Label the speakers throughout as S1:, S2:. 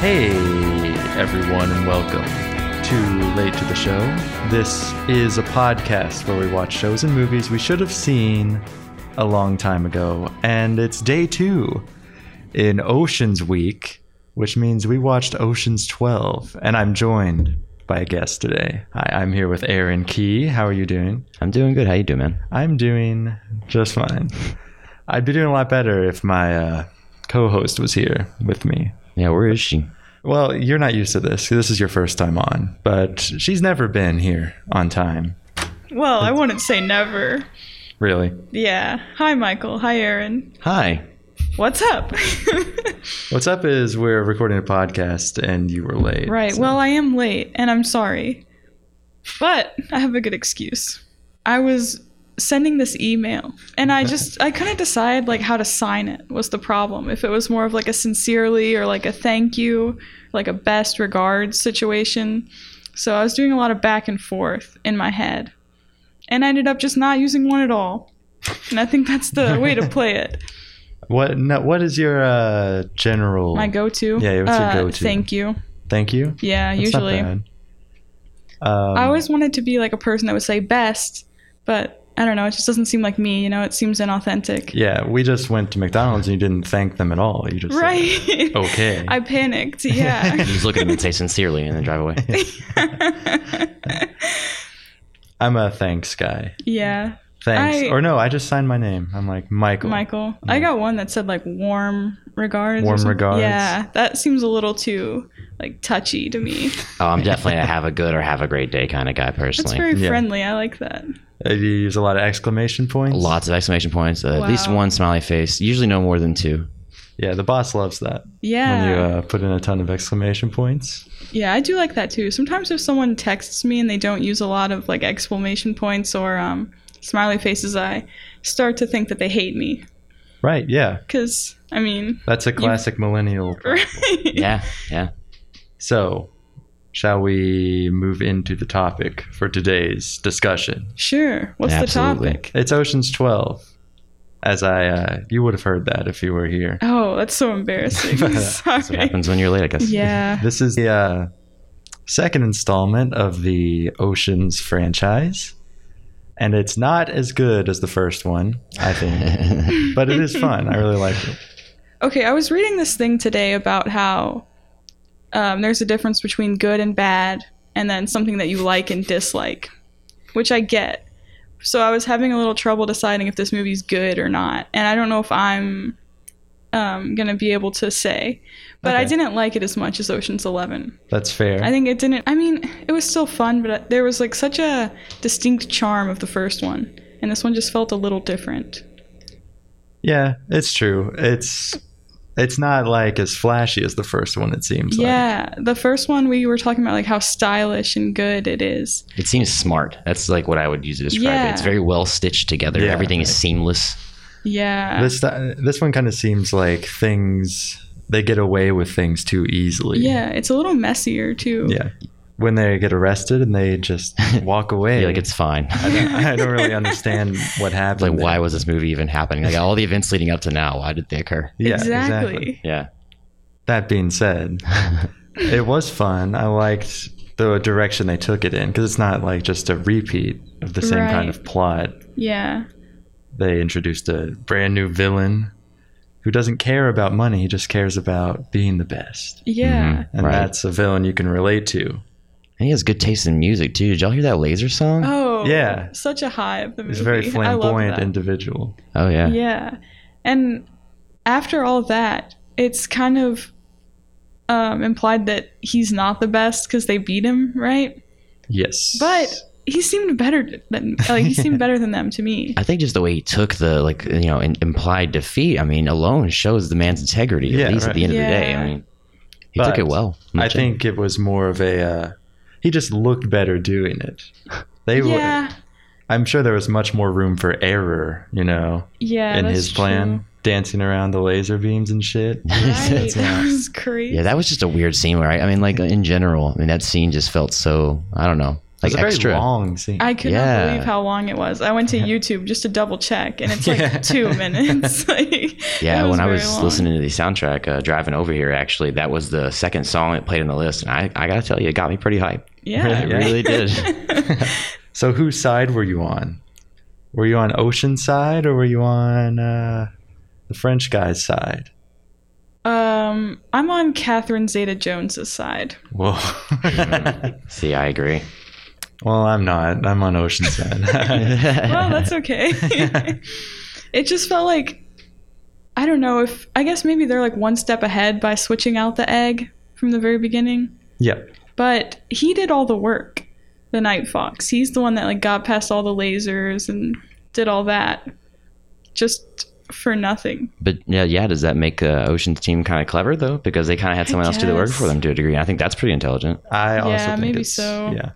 S1: Hey, everyone, and welcome to Late to the Show. This is a podcast where we watch shows and movies we should have seen a long time ago, and it's day two in Oceans Week, which means we watched Oceans 12, and I'm joined by a guest today. Hi, I'm here with Aaron Key. How are you doing?
S2: I'm doing good. How you doing, man?
S1: I'm doing just fine. I'd be doing a lot better if my uh, co-host was here with me.
S2: Yeah, where is she?
S1: Well, you're not used to this. This is your first time on, but she's never been here on time,
S3: Well, I wouldn't say never.
S1: really.
S3: Yeah. Hi, Michael. Hi, Aaron.
S2: Hi.
S3: What's up?
S1: What's up is we're recording a podcast and you were late.
S3: right.
S1: so-
S3: Well, I am late and I'm sorry. But I have a good excuse. I was sending this email and I just I couldn't decide like how to sign it was the problem. If it was more of like a sincerely or like a thank you, like a best regards situation. So I was doing a lot of back and forth in my head. And I ended up just not using one at all. And I think that's the way to play it.
S1: what no, what is your uh, general
S3: My go-to.
S1: Yeah, what's your
S3: Uh,
S1: go-to?
S3: Thank you.
S1: Thank you?
S3: Yeah,
S1: That's not
S3: usually.
S1: bad. Um,
S3: I always wanted to be like a person that would say best, but I don't know. It just doesn't seem like me. You know, it seems inauthentic.
S1: Yeah, we just went to McDonald's and you didn't thank them at all. You just said,
S3: Right.
S1: okay.
S3: I panicked. Yeah.
S2: You just look at him and say sincerely, and then drive away.
S1: I'm a thanks guy.
S3: yeah.
S1: Thanks.
S3: I-
S1: or no, I just signed my name. I'm like Michael.
S3: Michael. I got one that said like warm regards. or
S1: Warm
S3: something.
S1: regards.
S3: Yeah. That seems a little too like touchy to me.
S2: Oh, I'm definitely a have a good or have a great day kind of guy
S3: It's
S2: personally.
S3: very
S1: Yeah.
S3: friendly. I like that.
S1: Uh, You use a lot of exclamation points.
S2: Lots of exclamation points. Uh, At least
S3: Wow.
S2: one smiley face. Usually no more than two.
S1: Yeah, the boss loves that
S3: Yeah.
S1: when you uh, put in a ton of exclamation points.
S3: Yeah, I do like that too. Sometimes if someone texts me and they don't use a lot of like exclamation points or um, smiley faces, I start to think that they hate me.
S1: Right. Yeah,
S3: Because I mean,
S1: that's a classic millennial.
S2: Yeah, yeah.
S1: So, shall we move into the topic for today's discussion?
S3: sure. What's
S2: Absolutely.
S3: the topic?
S1: It's Ocean's Twelve. As I, uh, you would have heard that if you were here.
S3: Oh, that's so embarrassing.
S2: That's what
S3: Sorry.
S2: happens when you're late, I guess.
S3: Yeah.
S1: This is the uh, second installment of the Oceans franchise, and it's not as good as the first one, I think, but it is fun. I really like it.
S3: Okay, I was reading this thing today about how um, there's a difference between good and bad, and then something that you like and dislike, which I get. So I was having a little trouble deciding if this movie's good or not, and I don't know if I'm um, gonna be able to say. But I
S1: Okay.
S3: didn't like it as much as Ocean's Eleven.
S1: That's fair.
S3: I think it didn't. I mean, it was still fun, but uh, there was like such a distinct charm of the first one, and this one just felt a little different.
S1: yeah, it's true. It's it's not like as flashy as the first one. It seems. like.
S3: Yeah, the first one we were talking about like how stylish and good it is.
S2: It seems smart. That's like what I would use to describe it.
S3: Yeah.
S2: It's very well stitched together.
S1: Yeah.
S2: Everything is seamless.
S3: Yeah.
S1: This this one kind of seems like things they get away with things too easily.
S3: yeah, it's a little messier too.
S1: Yeah. When they get arrested and they just walk away.
S2: You're like it's fine.
S1: I don't really understand what happened.
S2: like
S1: there.
S2: why was this movie even happening? Like all the events leading up to now, why did they occur?
S1: Yeah,
S3: exactly.
S2: Yeah.
S1: That being said, it was fun. I liked the direction they took it in because it's not like just a repeat of the same kind
S3: Right.
S1: of plot.
S3: Yeah.
S1: Mm-hmm. They introduced a brand new villain who doesn't care about money, he just cares about being the best.
S3: Yeah.
S2: Mhm.
S1: And
S2: Right.
S1: that's a villain you can relate to.
S2: And he has good taste in music too. Did y'all hear that laser song?
S3: Oh.
S1: Yeah.
S3: Such a high of the movie.
S1: He's a very
S3: I love
S1: flamboyant
S3: that.
S1: individual.
S2: Oh yeah.
S3: Yeah. And after all that, it's kind of um, implied that he's not the best because they beat him, right?
S1: Yes.
S3: But he seemed better than like he seemed better than them to me.
S2: I think just the way he took the like you know in, implied defeat. I mean, alone shows the man's integrity.
S1: Yeah,
S2: at least
S1: right.
S2: at the end of the day.
S3: Yeah.
S2: I mean, he
S1: But
S2: took it well.
S1: I think it was more of a. Uh, he just looked better doing it. They were.
S3: yeah.
S1: I'm sure there was much more room for error, you know,
S3: Yeah.
S1: in
S3: that's
S1: his plan, dancing around the laser beams and shit.
S3: true. Right.
S2: That's
S3: that was crazy.
S2: Yeah, that was just a weird scene, right? I mean, like in general, I mean that scene just felt so. I don't know. like
S1: it's a very
S2: extra.
S1: long scene.
S3: I could not
S2: Yeah.
S3: believe how long it was. I went to YouTube just to double check, and it's like
S1: Yeah.
S3: two minutes. Like, it
S2: yeah, when I
S3: very
S2: was
S3: long.
S2: listening to the soundtrack uh, driving over here, actually, that was the second song it played on the list, and I, I gotta tell you, it got me pretty hyped.
S3: yeah,
S2: It really did.
S1: so whose side were you on? Were you on Ocean's side or were you on uh, the French guy's side?
S3: um, I'm on Catherine Zeta-Jones's side.
S1: Whoa.
S2: See, I agree.
S1: well, I'm not. I'm on Ocean's side.
S3: Well, that's okay. it just felt like I don't know if I guess maybe they're like one step ahead by switching out the egg from the very beginning.
S1: yep.
S3: But he did all the work, the Night Fox. He's the one that like got past all the lasers and did all that, just for nothing.
S2: But yeah, yeah, does that make uh, Ocean's team kind of clever though? Because they kind of had someone else do the work
S3: guess.
S2: for them to a degree. and I think that's pretty intelligent.
S1: I also
S3: Yeah,
S1: think
S3: maybe
S1: it's-
S3: so.
S1: Yeah.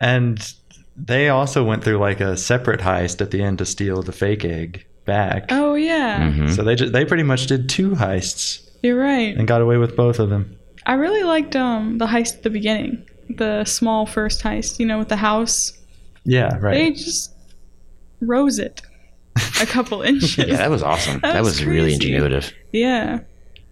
S1: And they also went through like a separate heist at the end to steal the fake egg back.
S3: Oh yeah,
S2: Mhm.
S1: So they ju- they pretty much did two heists
S3: you're right.
S1: and got away with both of them.
S3: I really liked um the heist at the beginning, the small first heist. You know, with the house.
S1: Yeah,
S3: They
S1: right.
S3: just rose it a couple inches.
S2: Yeah, that was awesome.
S3: That
S2: That,
S3: was
S2: was, really
S3: crazy.
S2: ingenuitive.
S3: yeah,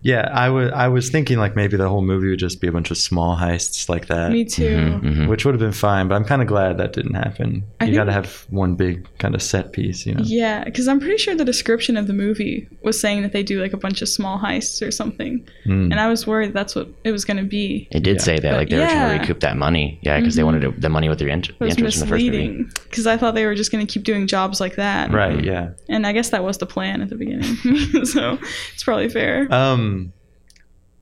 S1: yeah, I was I was thinking like maybe the whole movie would just be a bunch of small heists like that,
S3: me too.
S2: Mhm, mhm.
S1: which would have been fine. But I'm kind of glad that didn't happen.
S3: I
S1: you got to
S3: think-
S1: have one big kind of set piece, you know.
S3: Yeah, because I'm pretty sure the description of the movie was saying that they do like a bunch of small heists or something,
S1: Mm.
S3: and I was worried that's what it was going to be.
S2: It did
S1: Yeah.
S2: say that like they were trying
S3: Yeah. Mm-hmm.
S2: to recoup that money. Yeah, because they wanted to, the money with their int-
S3: It
S2: the
S3: was
S2: interest in the first movie.
S3: misleading because I thought they were just going to keep doing jobs like that.
S1: Right. Yeah.
S3: And I guess that was the plan at the beginning, so it's probably fair.
S1: Um,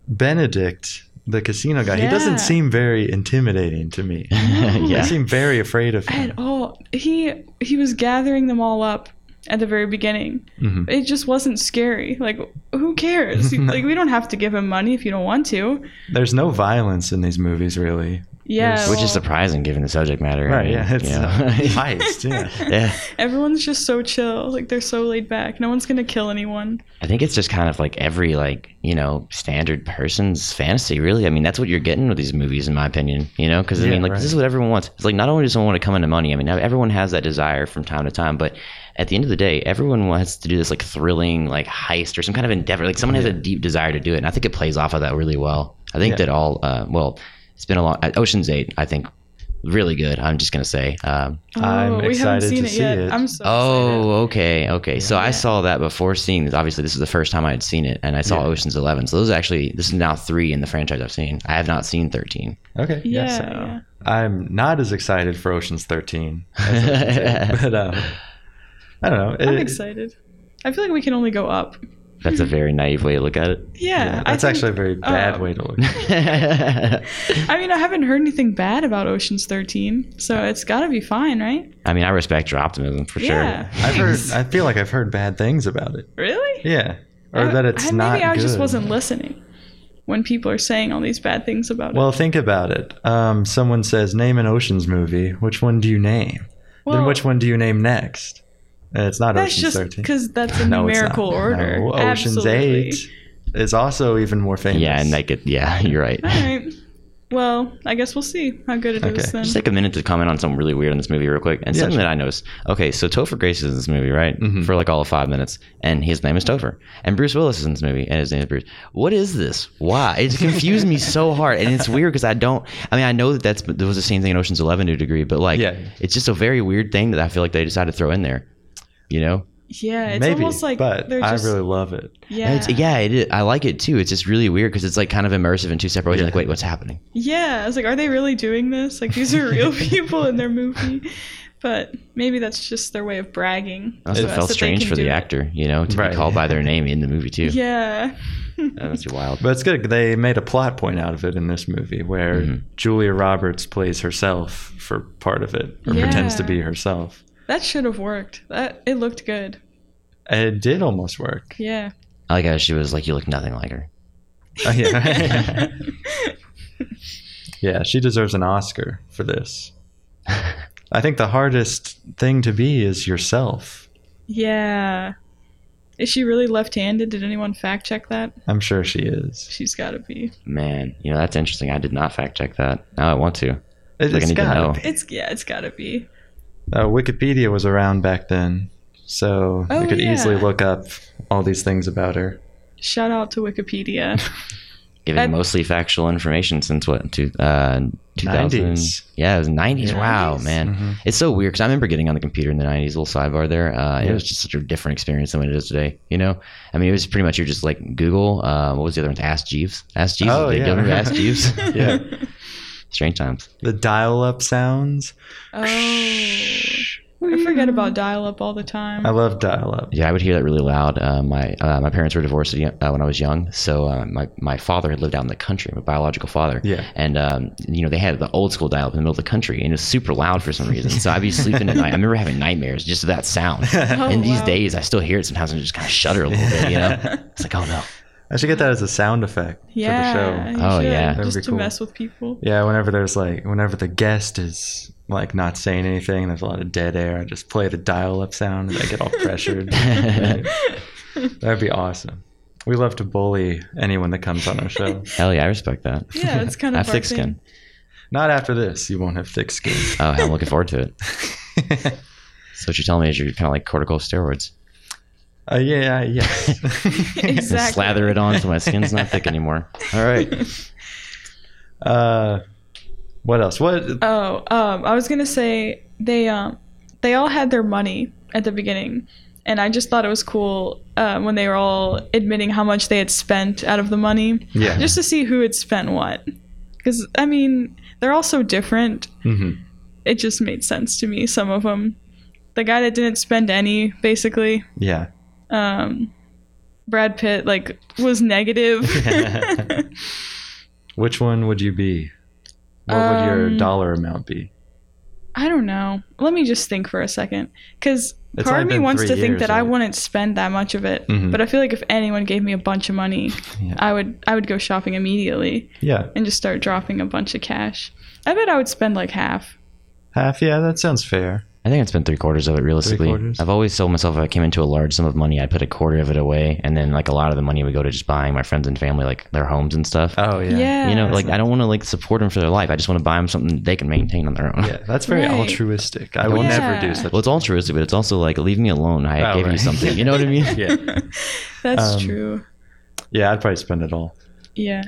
S1: Benedict, the casino guy, he
S3: Yeah.
S1: doesn't seem very intimidating to me. I
S2: yeah.
S1: seem very afraid of him.
S3: at all. He he was gathering them all up at the very beginning.
S1: Mhm.
S3: It just wasn't scary. Like who cares? like we don't have to give him money if you don't want to.
S1: There's no violence in these movies, really.
S3: Yeah.
S2: Which
S3: well,
S2: is surprising given the subject matter. I
S1: Right?
S2: mean,
S1: Yeah, it's
S2: you
S1: a
S2: know.
S1: heist. Yeah.
S2: yeah.
S3: everyone's just so chill. Like they're so laid back. No one's going to kill anyone.
S2: I think it's just kind of like every like you know standard person's fantasy, really. I mean, that's what you're getting with these movies, in my opinion. You know, because I
S1: Yeah,
S2: mean, like
S1: right.
S2: this is what everyone wants. It's like not only does someone want to come into money. I mean, everyone has that desire from time to time, but at the end of the day, everyone wants to do this like thrilling like heist or some kind of endeavor. Like someone has a deep desire to do it, and I think it plays off of that really well. I think
S1: Yeah.
S2: that all uh, well, it's been a long uh, Ocean's Eight. I think really good. I'm just gonna say. Um,
S1: I'm
S3: Oh, we
S1: excited
S3: haven't seen
S1: to
S3: it
S1: see
S3: yet.
S1: it.
S3: I'm so excited.
S2: Oh, okay, okay. So
S3: Yeah.
S2: I saw that before seeing this. Obviously, this is the first time I had seen it, and I saw
S1: Yeah.
S2: Ocean's Eleven. So those are actually this is now three in the franchise I've seen. I have not seen thirteen.
S1: Okay.
S3: Yeah,
S1: so
S3: yeah.
S1: I'm not as excited for Ocean's 13, as Ocean's 8, but um, I don't know. It-
S3: I'm excited. I feel like we can only go up.
S2: That's a very naive way to look at
S3: Yeah.
S1: yeah,
S3: I
S1: that's
S3: think-
S1: actually a very bad
S3: uh,
S1: way to look.
S2: it.
S3: I mean, I haven't heard anything bad about Ocean's 13, so it's got to be fine, right?
S2: I mean, I respect your optimism for
S3: Yeah.
S2: sure.
S1: I've heard. I feel like I've heard bad things about it.
S3: Really?
S1: Yeah, or that it's
S3: Uh, I,
S1: not.
S3: Maybe I
S1: good.
S3: just wasn't listening when people are saying all these bad things about
S1: Well, think about it. Um, someone says, "Name an Ocean's movie." Which one do you name?
S3: it.
S1: then which one do you name next? Uh, It's not
S3: That's
S1: Ocean's
S3: just
S1: 13.
S3: because that's a
S1: No, it's not.
S3: numerical order.
S1: No, Ocean's
S3: Absolutely.
S1: 8 is also even more famous.
S2: Yeah, and like, it, yeah, you're right.
S3: All right. Well, I guess we'll see how good it is
S1: Okay.
S3: then.
S2: Just take a minute to comment on something really weird in this movie, real quick, and
S1: Yeah,
S2: something
S1: sure.
S2: that I noticed. Okay, so Topher Grace is in this movie, right?
S1: Mhm.
S2: For like all of five minutes, and his name is Topher, and Bruce Willis is in this movie, and his name is Bruce. What is this? Why? It's confused me so hard, and it's weird because I don't. I mean, I know that that's there was the same thing in Ocean's Eleven to a degree, but like,
S1: Yeah.
S2: it's just a very weird thing that I feel like they decided to throw in there. You know?
S3: yeah, it's
S1: maybe,
S3: almost like
S1: but
S3: they're
S1: I
S3: just
S1: really love it.
S3: yeah.
S2: And it's- yeah, it is, I like it too. It's just really weird because it's like kind of immersive in two separate ways.
S1: Yeah.
S2: Like, wait, what's happening?
S3: Yeah, I was like, are they really doing this? Like, these are real people in their movie. But maybe that's just their way of bragging.
S2: Also,
S3: to
S2: it
S3: us
S2: felt
S3: that they
S2: strange
S3: can
S2: for
S3: do
S2: the
S3: it.
S2: actor, you know, to
S1: Right.
S2: be called by their name in the movie too.
S3: Yeah.
S2: That must be wild.
S1: But it's good. They made a plot point out of it in this movie where
S2: Mm-hmm.
S1: Julia Roberts plays herself for part of it, or
S3: Yeah.
S1: pretends to be herself.
S3: That should have worked. That It looked good.
S1: It did almost work.
S3: Yeah.
S2: I like how she was like, "You look nothing like her."
S1: Oh, yeah. yeah, she deserves an Oscar for this. I think the hardest thing to be is yourself.
S3: Yeah. Is she really left handed? Did anyone fact check that?
S1: I'm sure she is.
S3: She's got to be.
S2: Man, you know that's interesting. I did not fact check that. Now I want to.
S1: It,
S2: Like, I
S1: has
S2: need to know.
S1: got to
S3: It's yeah, it's gotta be.
S1: Uh, Wikipedia was around back then, so
S3: Oh,
S1: you could
S3: yeah.
S1: easily look up all these things about her.
S3: Shout out to Wikipedia.
S2: Giving
S3: And-
S2: mostly factual information since what two uh, 2000?
S1: 90s.
S2: Yeah, it was 90s.
S1: Yeah.
S2: Wow,
S3: 90s.
S2: man.
S1: Mhm.
S2: It's so weird because I remember getting on the computer in the 90s, little sidebar there. Uh, and
S1: Yeah.
S2: It was just such a different experience than what it is today. You know, I mean, it was pretty much you're just like Google. Uh, what was the other one? Ask Jeeves. Ask Jeeves.
S1: Oh,
S2: Did
S1: yeah.
S2: you remember Ask Jeeves?
S1: Yeah.
S2: Strange times.
S1: The dial-up sounds.
S3: Oh, I forget about dial-up all the time.
S1: I love dial-up.
S2: Yeah, I would hear that really loud. Uh, my uh, my parents were divorced uh, when I was young, so uh, my my father had lived out in the country, my biological father.
S1: Yeah.
S2: and um, you know they had the old school dial up in the middle of the country, and it was super loud for some reason. So I'd be sleeping at night. I remember having nightmares just of that sound.
S3: Oh,
S2: and these
S3: wow.
S2: days, I still hear it sometimes and just kind of shudder a little bit. You know, it's like oh no.
S1: I should get that as a sound effect
S3: yeah,
S1: for the show.
S3: you
S2: Oh,
S3: should,
S2: yeah. That
S1: would
S3: just
S1: be
S3: to
S1: cool.
S3: mess with people.
S1: Yeah, whenever there's like, whenever the guest is like not saying anything, there's a lot of dead air. I just play the dial-up sound, and I get all pressured. That'd be awesome. We love to bully anyone that comes on our show.
S2: Hell yeah, I respect that.
S3: Yeah, it's kind
S2: I
S3: of
S2: have
S3: our
S2: thick
S3: thing.
S2: skin.
S1: Not after this, you won't have thick skin.
S2: Oh, I'm looking forward to it. So what you're telling me is you're kind of like corticosteroids.
S1: uh, yeah, yes.
S2: And
S3: Exactly.
S2: slather it on so my skin's not thick anymore. All right.
S1: Uh, what else? What?
S3: Oh, um, I was gonna say they um, they all had their money at the beginning, and I just thought it was cool uh, when they were all admitting how much they had spent out of the money,
S1: yeah.
S3: just to see who had spent what. Because I mean, they're all so different.
S1: Mhm.
S3: It just made sense to me. Some of them, the guy that didn't spend any, basically,
S1: Yeah.
S3: um, Brad Pitt, like was negative.
S1: Which one would you be? What would your
S3: Um,
S1: dollar amount be?
S3: I don't know. Let me just think for a second. Because
S1: It's
S3: part of
S1: only
S3: me
S1: been
S3: wants
S1: three
S3: to think
S1: years,
S3: that I
S1: right?
S3: wouldn't spend that much of it.
S1: Mhm.
S3: But I feel like if anyone gave me a bunch of money,
S1: Yeah.
S3: I would I would go shopping immediately
S1: Yeah,
S3: and just start dropping a bunch of cash. I bet I would spend like half.
S1: half. Yeah, that sounds fair.
S2: I think I would spend three quarters of it realistically.
S1: quarters?
S2: I've always told myself if I came into a large sum of money, I'd put a quarter of it away, and then like a lot of the money would go to just buying my friends and family like their homes and stuff.
S1: Oh yeah.
S3: Yeah.
S2: you know, like I don't want to like support them for their life. I just want to buy them something they can maintain on their own.
S1: Yeah, that's very
S3: Right.
S1: altruistic. I would never
S3: Yeah.
S1: do such.
S2: Well, it's altruistic, but it's also like leave me alone. I
S1: Oh,
S2: gave you
S1: right.
S2: something. You know what I mean?
S1: Yeah,
S3: That's
S1: um,
S3: true.
S1: yeah, I'd probably spend it all.
S3: Yeah.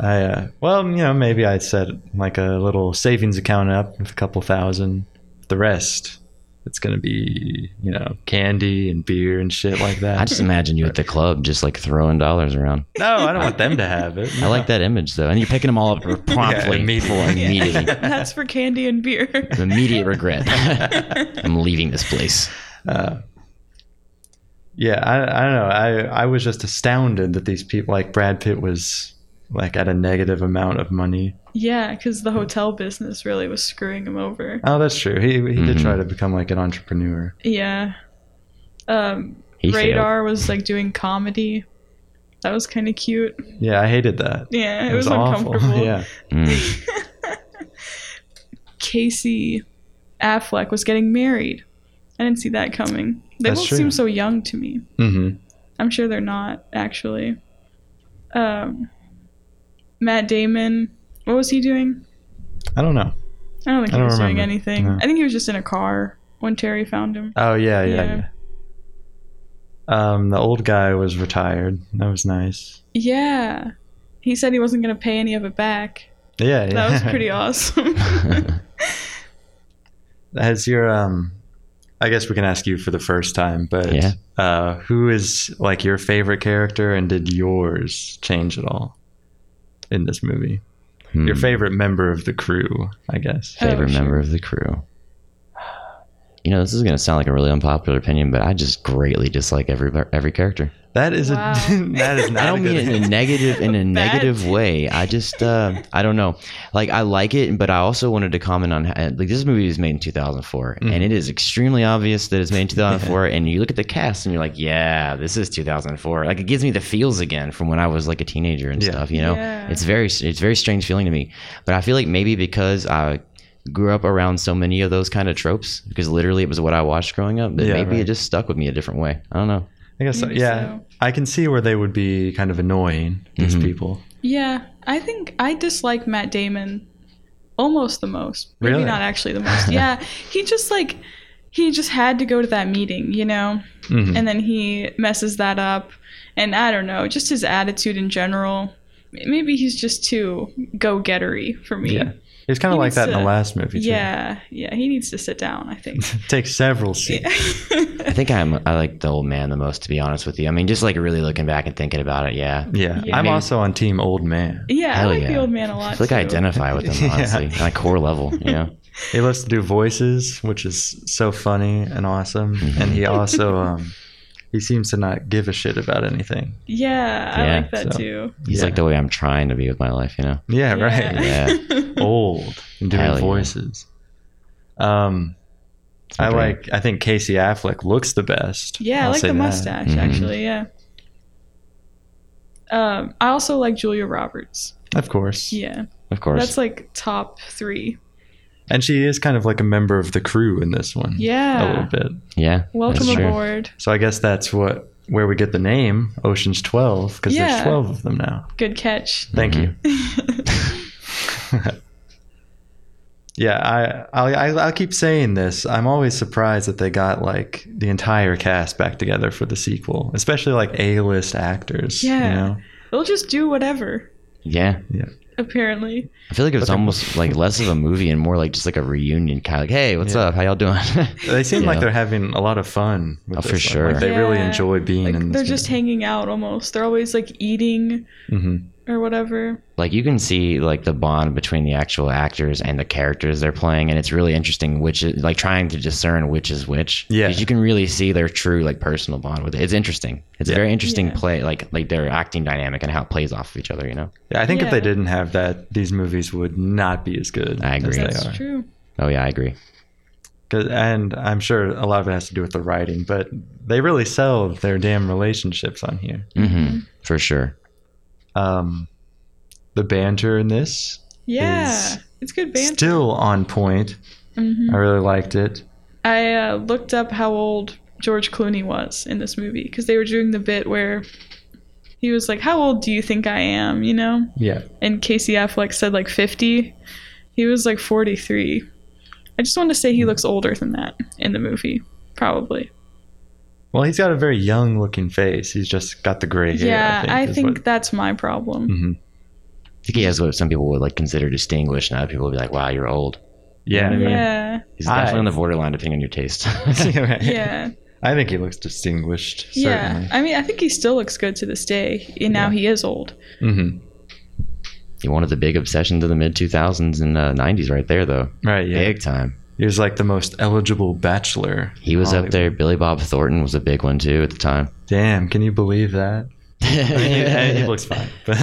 S1: I uh, well, you know, maybe I'd set like a little savings account up with a couple thousand. The rest, it's gonna be you know candy and beer and shit like that.
S2: I just imagine you at the club just like throwing dollars around.
S1: no, I don't want them to have it.
S2: I like that image though, and you're picking them all up promptly,
S1: immediately.
S2: for immediately,
S3: That's for candy and beer.
S2: immediate regret. I'm leaving this place.
S1: Uh, yeah, I, I don't know. I I was just astounded that these people, like Brad Pitt, was like at a negative amount of money.
S3: yeah, because the hotel business really was screwing him over.
S1: Oh, that's true. He he did
S2: Mhm.
S1: try to become like an entrepreneur.
S3: Yeah. Um,
S2: He failed.
S3: Radar was like doing comedy. That was kind of cute.
S1: Yeah, I hated that.
S3: Yeah, it, was, uncomfortable.
S1: Yeah,
S2: Mm.
S3: Casey Affleck was getting married. I didn't see that coming. They
S1: That's
S3: both
S1: true.
S3: seem so young to me.
S1: hmm
S3: I'm sure they're not actually. Um, Matt Damon, what was he doing?
S1: I don't know.
S3: I don't think
S1: I
S3: he
S1: don't
S3: was doing
S1: remember.
S3: anything.
S1: No.
S3: I think he was just in a car when Terry found him.
S1: Oh yeah, yeah, yeah.
S3: Yeah.
S1: Um, the old guy was retired. That was nice.
S3: Yeah, he said he wasn't gonna pay any of it back.
S1: Yeah, yeah.
S3: That was pretty awesome.
S2: Hmm.
S1: Has your um, I guess we can ask you for the first time, but
S2: Yeah.
S1: uh, who is like your favorite character, and did yours change at all in this movie? Your
S2: Hmm.
S1: favorite member of the crew, I guess.
S3: Oh,
S2: favorite
S3: sure.
S2: member of the crew. You know, this is going to sound like a really unpopular opinion, but I just greatly dislike every every character.
S1: That is
S3: Wow.
S1: a that is
S2: I
S1: not a
S2: don't mean
S1: good.
S2: it in a negative in a
S3: Bad
S2: negative way. I just uh, I don't know. Like I like it, but I also wanted to comment on how, like this movie was made in 2004,
S1: Mhm.
S2: and it is extremely obvious that it's made in 2004. And you look at the cast, and you're like, yeah, this is 2004. Like it gives me the feels again from when I was like a teenager and
S1: Yeah.
S2: stuff. You know,
S3: Yeah.
S2: it's very it's very strange feeling to me. But I feel like maybe because I grew up around so many of those kind of tropes, because literally it was what I watched growing up. That
S1: Yeah,
S2: maybe it
S1: right.
S2: just stuck with me a different way. I don't know.
S1: I guess so.
S3: Maybe
S1: yeah.
S3: so.
S1: I can see where they would be kind of annoying these
S2: Mhm.
S1: people.
S3: Yeah, I think I dislike Matt Damon almost the most. Maybe
S1: Really?
S3: not actually the most. yeah. He just like he just had to go to that meeting, you know?
S2: Hmm.
S1: Mhm.
S3: And then he messes that up. And I don't know, just his attitude in general. M- Maybe he's just too go gettery for me.
S1: Yeah. It's kind of
S3: He
S1: like
S3: needs
S1: that in the
S3: to-
S1: last movie. Too.
S3: Yeah, yeah, he needs to sit down, I think.
S1: Takes several seats.
S2: I think I'm I like the old man the most to be honest with you. I mean, just like really looking back and thinking about it, yeah.
S1: Yeah.
S3: Yeah.
S1: I'm
S2: Maybe-
S1: also on team old man.
S3: yeah, I
S2: Hell
S3: like the
S2: yeah.
S3: old man a lot.
S2: I feel like I
S3: too.
S2: identify with him
S1: Yeah.
S2: honestly on a core level, you know.
S1: He loves to do voices, which is so funny and awesome.
S2: Mm-hmm.
S1: And he also um he seems to not give a shit about anything.
S3: Yeah, I
S2: Yeah,
S3: like that
S1: so.
S3: too.
S2: He's
S1: Yeah.
S2: like the way I'm trying to be with my life, you know.
S1: Yeah, right.
S2: Yeah.
S1: old and doing
S2: Hell yeah.
S1: voices. Um
S2: It's my
S1: I
S2: dream.
S1: like I think Casey Affleck looks the best.
S3: Yeah, i
S1: I'll
S3: like
S1: say
S3: the
S1: that. Mm-hmm.
S3: mustache
S2: Mhm.
S3: actually. Yeah. Um, I also like Julia Roberts.
S1: Of course.
S3: Yeah,
S2: of course.
S3: that's like top three.
S1: And she is kind of like a member of the crew in this one. A little
S3: Yeah.
S1: bit.
S2: yeah.
S1: Oh,
S3: Welcome
S2: that's true.
S3: aboard.
S1: So I guess that's what where we get the name Ocean's 12 because there's
S3: Yeah.
S1: 12 of them now.
S3: Good catch.
S1: Thank
S2: Mhm.
S1: you.
S3: Mm-hmm.
S1: yeah, I, I I I'll keep saying this. I'm always surprised that they got like the entire cast back together for the sequel, especially like A-list actors.
S3: Yeah.
S1: You know?
S3: They'll just do whatever.
S2: Yeah.
S3: Apparently.
S2: I feel like it was
S1: Okay.
S2: almost like less of a movie and more like just like a reunion kind of like, hey, what's
S1: Yeah.
S2: up? How y'all doing?
S1: They seem like
S2: Yeah.
S1: they're having a lot of fun. With
S2: Oh,
S1: this
S2: for
S1: one.
S2: sure.
S1: Like, they really
S3: Yeah.
S1: enjoy being
S3: Like
S1: in. This
S3: they're just hanging out almost. They're always like eating
S1: hmm
S3: or whatever.
S2: like you can see like the bond between the actual actors and the characters they're playing and it's really interesting which is like trying to discern which is which
S1: Yeah.
S2: 'Cause you can really see their true like personal bond with it it's interesting it's
S1: Yeah.
S2: a very interesting
S3: Yeah.
S2: play like like their acting dynamic and how it plays off of each other you know
S1: Yeah, I think if they
S3: Yeah.
S1: didn't have that, these movies would not be as good.
S2: I agree.
S1: As
S3: That's
S1: they are.
S3: true.
S2: oh yeah i agree
S1: 'Cause- and I'm sure a lot of it has to do with the writing, but they really sell their damn relationships on here.
S3: Mm-hmm.
S1: Mm-hmm.
S2: hmm for sure
S1: Um, the banter in this
S3: Yeah.
S1: Is
S3: It's good band.
S1: still on point.
S3: Mhm.
S1: I really liked it.
S3: I uh, looked up how old George Clooney was in this movie because they were doing the bit where he was like, "How old do you think I am?" You know,
S1: Yeah,
S3: and Casey Affleck said like fifty. He was like forty-three. I just want to say he
S1: Hmm.
S3: looks older than that in the movie, probably.
S1: well, he's got a very young-looking face. He's just got the gray hair.
S3: yeah, I
S1: is
S3: think
S1: what-
S3: that's my problem.
S1: Mhm.
S2: i think he has what some people would like consider distinguished and other people would be like wow you're old
S1: Yeah,
S2: Mhm.
S3: Yeah,
S2: he's
S1: I-
S2: definitely on the borderline depending on your taste
S1: Right.
S3: yeah,
S1: I think he looks distinguished.
S3: yeah.
S1: Certainly.
S3: I mean, I think he still looks good to this day, and now he is old.
S1: hmm
S2: one of the big obsessions of the mid 2000s and uh, 90s right there though
S1: Right. Yeah.
S2: big time
S1: He was like the most eligible bachelor.
S2: He was
S1: Hollywood.
S2: up there. Billy Bob Thornton was a big one too at the time.
S1: Damn, can you believe that? he, he looks fine. But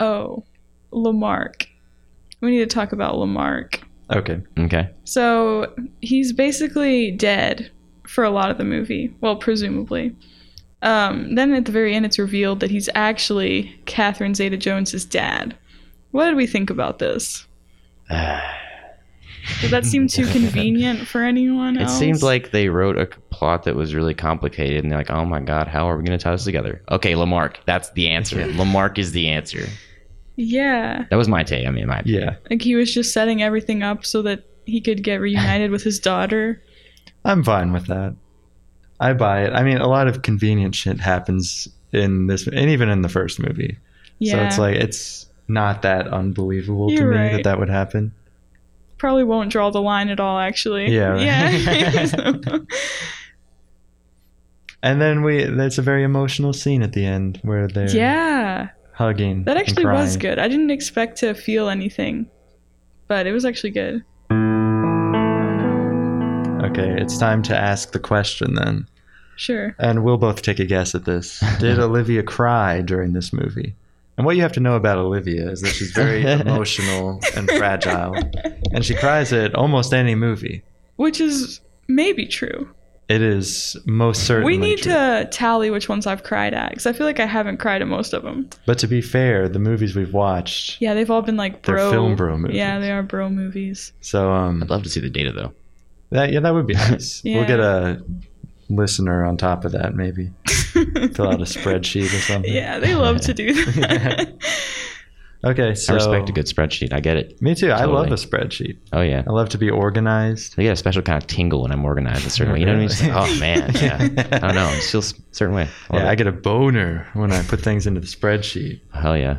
S3: Oh, Lamarck. We need to talk about Lamarck.
S1: okay.
S2: okay.
S3: So he's basically dead for a lot of the movie. Well, presumably. Um, then at the very end, it's revealed that he's actually Catherine Zeta Jones's dad. What did we think about this?
S1: Ah,
S3: Did that seem too convenient for anyone
S2: It
S3: else?
S2: seemed like they wrote a plot that was really complicated, and they're like, "Oh my god, how are we going to tie this together?" Okay, Lamarck, that's the answer. Lamarck is the answer.
S3: Yeah.
S2: That was my take. I mean, my
S1: Yeah.
S3: Like he was just setting everything up so that he could get reunited with his daughter.
S1: I'm fine with that. I buy it. I mean, a lot of convenient shit happens in this, and even in the first movie. So
S3: Yeah.
S1: it's like it's not that unbelievable to
S3: You're
S1: me that
S3: right.
S1: that would happen.
S3: Probably won't draw the line at all, actually.
S1: Yeah, right.
S3: Yeah. So-
S1: And then we there's a very emotional scene at the end where they're
S3: yeah.
S1: hugging.
S3: That
S1: and
S3: actually was
S1: crying.
S3: good. I didn't expect to feel anything, but it was actually good.
S1: Okay, it's time to ask the question then.
S3: Sure.
S1: And we'll both take a guess at this. Did Olivia cry during this movie? And what you have to know about Olivia is that she's very emotional and fragile. And she cries at almost any movie.
S3: Which is maybe true.
S1: It is most certainly.
S3: we need
S1: true.
S3: to tally which ones I've cried at because I feel like I haven't cried at most of them.
S1: But to be fair, the movies we've watched,
S3: Yeah, they've all been like
S1: they're
S3: bro.
S1: film bro movies.
S3: Yeah, they are bro movies.
S1: So um,
S2: I'd love to see the data though.
S1: that yeah, that would be nice.
S3: Yeah.
S1: We'll get a listener on top of that maybe. Fill out a spreadsheet or something.
S3: Yeah, they love to do that.
S1: Okay, so
S2: I respect a good spreadsheet. I get it.
S1: Me too. I love
S2: Totally.
S1: a spreadsheet.
S2: Oh yeah.
S1: I love to be organized.
S2: I get a special kind of tingle when I'm organized a certain way. You know what I mean? It's like, oh man, yeah. I don't know. It feels a certain way. Love
S1: Yeah, I
S2: it.
S1: get a boner when I put things into the spreadsheet.
S2: Hell yeah.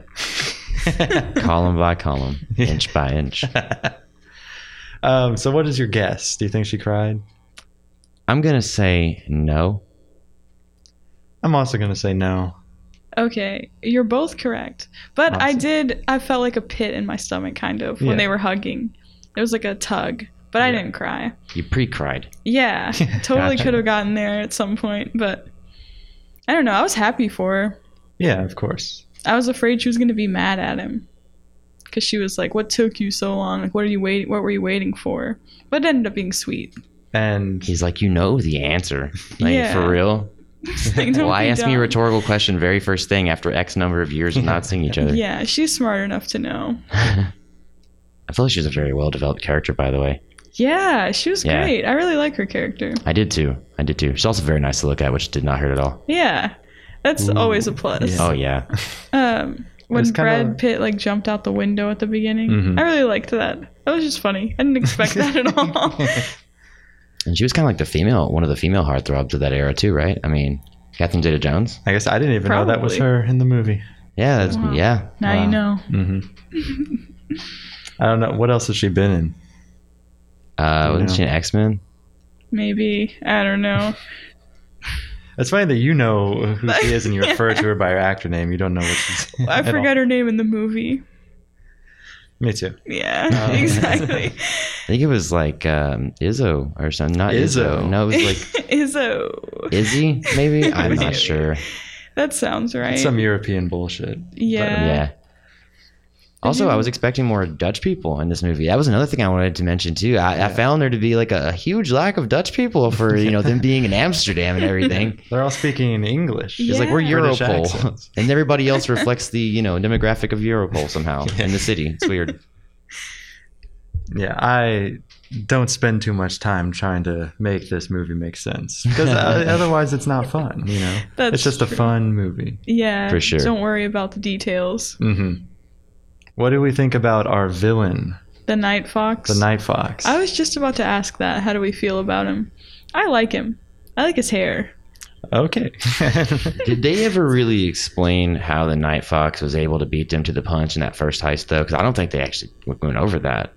S2: column by column, inch by inch.
S1: Um, so, what is your guess? Do you think she cried?
S2: I'm gonna say no.
S1: I'm also going to say no.
S3: Okay, you're both correct. But I
S1: Awesome.
S3: did, I felt like a pit in my stomach kind of when
S1: Yeah.
S3: they were hugging. It was like a tug, but I
S1: Yeah.
S3: didn't cry.
S2: You pre-cried.
S3: Yeah, totally
S2: Gotcha.
S3: could have gotten there at some point, but I don't know. I was happy for her.
S1: Yeah, of course.
S3: I was afraid she was going to be mad at him because she was like, "What took you so long? Like, what are you waiting? What were you waiting for?" But it ended up being sweet.
S1: And
S2: He's like, you know the answer. Like
S3: Yeah.
S2: for real.
S3: Like, don't
S2: Why
S3: be
S2: ask me a
S3: dumb.
S2: rhetorical question very first thing after X number of years of not seeing each other?
S3: Yeah, she's smart enough to know.
S2: I feel like she's a very well developed character, by the way.
S3: Yeah, she was
S2: Yeah.
S3: great. I really like her character.
S2: I did too. I did too. She's also very nice to look at, which did not hurt at all.
S3: Yeah, that's
S1: Ooh,
S3: always a plus.
S1: yeah.
S2: Oh yeah.
S3: Um, when
S1: was kinda-
S3: Brad Pitt like jumped out the window at the beginning,
S1: Mhm.
S3: I really liked that. That was just funny. I didn't expect that at all.
S2: And she was kind of like the female, one of the female heartthrobs of that era too, right? I mean, Catherine Zeta-Jones.
S1: I guess I didn't even know that was
S3: Probably.
S1: her in the movie.
S2: Yeah, that's,
S3: Wow.
S2: yeah.
S3: now
S2: Wow.
S3: you know.
S1: hmm
S2: Mm-hmm.
S1: I don't know. What else has she been in?
S2: Uh, wasn't
S1: No.
S2: she an X-Men?
S3: Maybe I don't know.
S1: It's funny that you know who she is and you refer to her by her actor name. You don't know what she's.
S3: I
S1: at all.
S3: forgot her name in the movie.
S1: Me too.
S3: Yeah,
S1: Oh.
S3: exactly.
S2: I think it was like um, Izzo or something. Not Izzo.
S1: Izzo.
S2: No, it was like
S3: Izzo.
S2: Izzy, maybe. I'm
S1: Maybe.
S2: not sure.
S3: That sounds right.
S1: It's some European bullshit.
S3: yeah.
S1: Uh,
S2: yeah. Also,
S3: you-
S2: I was expecting more Dutch people in this movie. That was another thing I wanted to mention too. I, I found there to be like a, a huge lack of Dutch people for you know them being in Amsterdam and everything.
S1: They're all speaking in English.
S2: It's like we're
S3: Yeah.
S1: British
S2: Europol,
S1: accents.
S2: and everybody else reflects the you know demographic of Europol somehow in the city. It's weird.
S1: Yeah, I don't spend too much time trying to make this movie make sense because otherwise it's not fun. You know,
S3: That's
S1: it's just a
S3: true.
S1: fun movie.
S3: Yeah,
S2: For sure.
S3: Don't worry about the details.
S1: Mm-hmm. What do we think about our villain,
S3: The Night Fox.
S1: the Night Fox?
S3: I was just about to ask that. How do we feel about him? I like him. I like his hair.
S1: okay.
S2: Did they ever really explain how the Night Fox was able to beat them to the punch in that first heist, though? Because I don't think they actually went over that.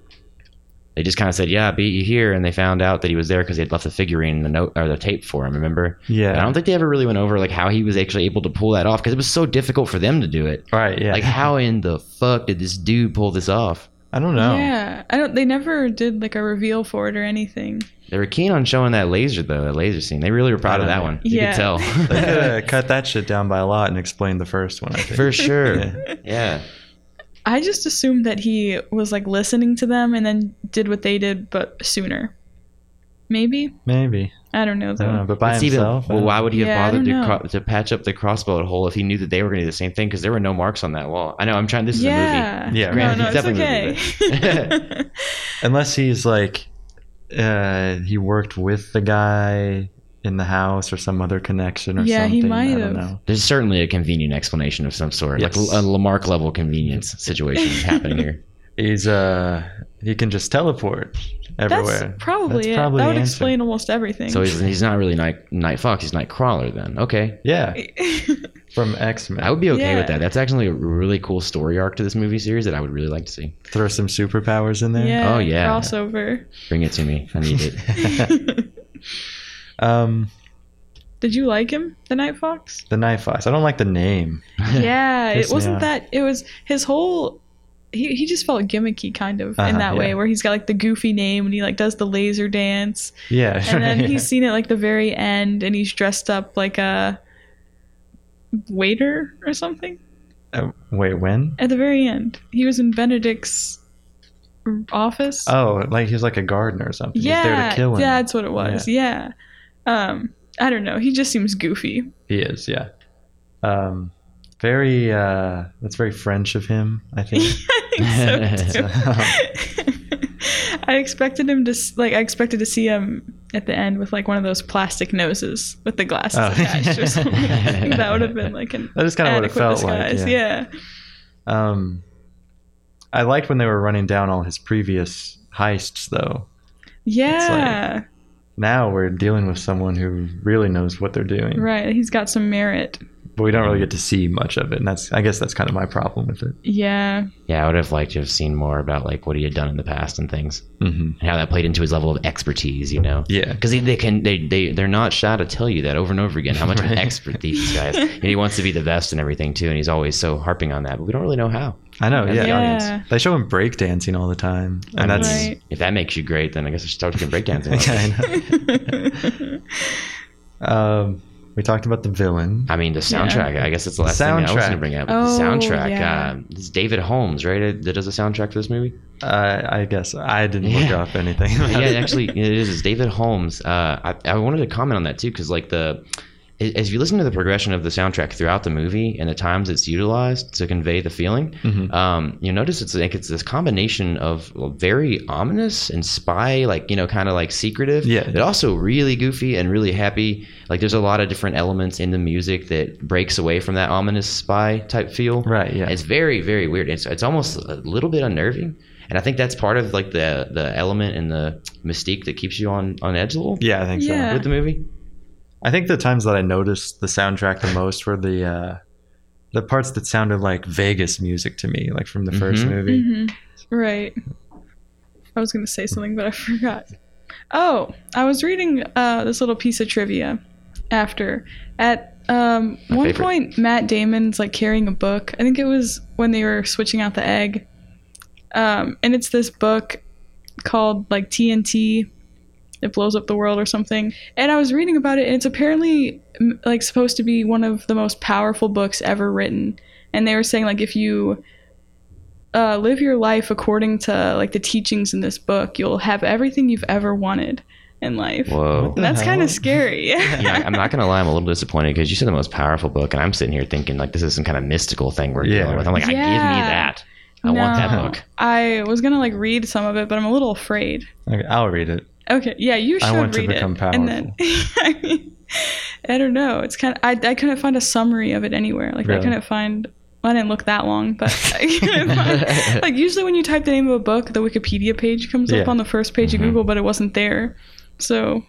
S2: They just kind of said, "Yeah, I beat you here," and they found out that he was there because they had left the figurine, and the note or the tape for him. Remember?
S1: yeah.
S2: And I don't think they ever really went over like how he was actually able to pull that off because it was so difficult for them to do it.
S1: right. Yeah.
S2: Like, how in the fuck did this dude pull this off?
S1: I don't know.
S3: Yeah, I don't. They never did like a reveal for it or anything.
S2: They were keen on showing that laser though, that laser scene. They really were proud
S1: I don't
S2: of that
S1: know.
S2: one. You
S3: Yeah.
S2: could tell.
S1: They could have cut that shit down by a lot and explained the first one. I think.
S2: For sure.
S1: Yeah.
S2: Yeah.
S3: I just assumed that he was like listening to them and then did what they did, but sooner. Maybe
S1: Maybe.
S3: I don't know
S1: I don't know.
S3: though.
S1: But by
S2: It's even-
S1: himself. I
S2: well,
S1: don't-
S2: why would he have
S3: Yeah, I
S2: bothered
S3: don't
S2: to,
S3: know.
S2: cro- to patch up the crossbow hole if he knew that they were going to do the same thing? Because there were no marks on that wall. I know. I'm trying. This is a movie.
S3: yeah.
S1: Yeah,
S2: right.
S3: No, no,
S2: It's
S3: it's
S2: definitely
S3: okay.
S2: a
S1: Unless he's like, uh, he worked with the guy in the house or some other connection or
S3: Yeah,
S1: something.
S3: he might
S1: I don't
S3: have.
S1: know.
S2: There's certainly a convenient explanation of some sort,
S1: Yes.
S2: like a Lamarck level convenience situation happening here.
S1: He's uh, he can just teleport
S3: That's
S1: everywhere.
S3: probably
S1: That's
S3: it.
S1: probably
S3: that
S1: the
S3: would
S1: answer.
S3: explain almost everything.
S2: So he's, he's not really night night fox. He's night crawler then. Okay.
S1: Yeah, from X Men.
S2: I would be okay
S3: Yeah.
S2: with that. That's actually a really cool story arc to this movie series that I would really like to see.
S1: throw some superpowers in there.
S3: yeah.
S2: Oh, yeah.
S3: Crossover.
S2: Bring it to me. I need it.
S1: Um,
S3: Did you like him, the Night Fox?
S1: the Night Fox. I don't like the name.
S3: Yeah,
S1: Pissed
S3: it
S1: me
S3: wasn't
S1: off.
S3: that. It was his whole. He, he just felt gimmicky kind of
S1: Uh-huh,
S3: in that
S1: yeah.
S3: way where he's got like the goofy name and he like does the laser dance
S1: Yeah.
S3: and then
S1: right.
S3: he's seen at like the very end and he's dressed up like a waiter or something
S1: Uh, wait, when?
S3: at the very end he was in benedict's office
S1: Oh, like he's like a gardener or something.
S3: yeah
S1: he's there to kill him.
S3: yeah that's what it was yeah. um i don't know he just seems goofy
S1: He is, yeah. Um, very. Uh, that's very French of him. I think.
S3: I think so too. I expected him to s- like I expected to see him at the end with like one of those plastic noses with the glasses
S1: Oh.
S3: attached or something. I think that would have been like an
S1: That is kind of what it
S3: adequate
S1: felt
S3: disguise.
S1: like.
S3: yeah.
S1: Um, I liked when they were running down all his previous heists, though.
S3: Yeah.
S1: Now we're dealing with someone who really knows what they're doing,
S3: right. He's got some merit.
S1: but we don't really get to see much of it. And that's, I guess, that's kind of my problem with it.
S3: Yeah.
S2: Yeah, I would have liked to have seen more about like what he had done in the past and things,
S1: Mm-hmm.
S2: and how that played into his level of expertise. You know,
S1: Yeah.
S2: because they, they can they they they're not shy to tell you that over and over again how much of an
S1: Right.
S2: expert these guys. and he wants to be the best and everything too, and he's always so harping on that, but we don't really know how.
S1: I know.
S2: As the
S1: Yeah.
S2: audience.
S3: Yeah.
S1: They show him breakdancing all the time,
S2: I
S1: and
S2: mean,
S1: that's
S3: Right.
S2: if that makes you great, then I guess I should start doing breakdancing.
S1: Yeah, I know. Um, we talked about the villain.
S2: I mean, the soundtrack. I guess that's the last thing I was going to
S1: Soundtrack.
S2: bring up.
S3: Oh,
S2: the soundtrack.
S3: yeah.
S2: Um, it's David Holmes, right? That does the soundtrack for this movie.
S1: Uh, I guess I didn't look
S2: Yeah.
S1: up anything. about
S2: yeah,
S1: it.
S2: it actually, it is. It's David Holmes. Uh, I, I wanted to comment on that too, because like the, as as you listen to the progression of the soundtrack throughout the movie and the times it's utilized to convey the feeling,
S1: Mhm.
S2: um, you notice it's like it's this combination of very ominous and spy, like you know, kind of like secretive,
S1: Yeah.
S2: but also really goofy and really happy. Like there's a lot of different elements in the music that breaks away from that ominous spy type feel,
S1: Right. Yeah.
S2: it's very, very weird. It's it's almost a little bit unnerving, and I think that's part of like the the element and the mystique that keeps you on on edge a little
S1: yeah, I think
S3: Yeah.
S1: so.
S2: with the movie.
S1: I think the times that I noticed the soundtrack the most were the uh, the parts that sounded like Vegas music to me, like from the first
S2: Mhm.
S1: movie.
S3: hmm Right. I was going to say something, but I forgot. Oh, I was reading uh, this little piece of trivia after. At um,
S2: My
S3: one
S2: favorite.
S3: point, Matt Damon's like carrying a book. I think it was when they were switching out the egg. Um, and it's this book called like TNT. It blows up the world or something. And I was reading about it, and it's apparently m- like supposed to be one of the most powerful books ever written. And they were saying like if you uh, live your life according to like the teachings in this book, you'll have everything you've ever wanted in life.
S2: Whoa.
S1: What
S3: And that's
S1: the
S3: kind
S1: hell?
S3: of scary.
S2: yeah, I'm not gonna lie. I'm a little disappointed because you said the most powerful book, and I'm sitting here thinking like this is some kind of mystical thing we're
S1: Yeah.
S2: dealing with. I'm like, I give me
S3: Yeah.
S2: that. I want that
S3: No.
S2: book.
S3: I was gonna like read some of it, but I'm a little afraid.
S2: Mm-hmm.
S1: Okay, I'll read it.
S3: Okay, yeah, you should
S1: I want to
S3: read
S1: become
S3: it. And then, I mean, I don't know. It's kind of I, I couldn't find a summary of it anywhere. Like I
S1: Really?
S3: couldn't find. Well, I didn't look that long, but I couldn't find. Like usually when you type the name of a book, the Wikipedia page comes up
S1: Yeah. Mm-hmm.
S3: on the first page
S2: Mhm.
S3: of Google, but it wasn't there. So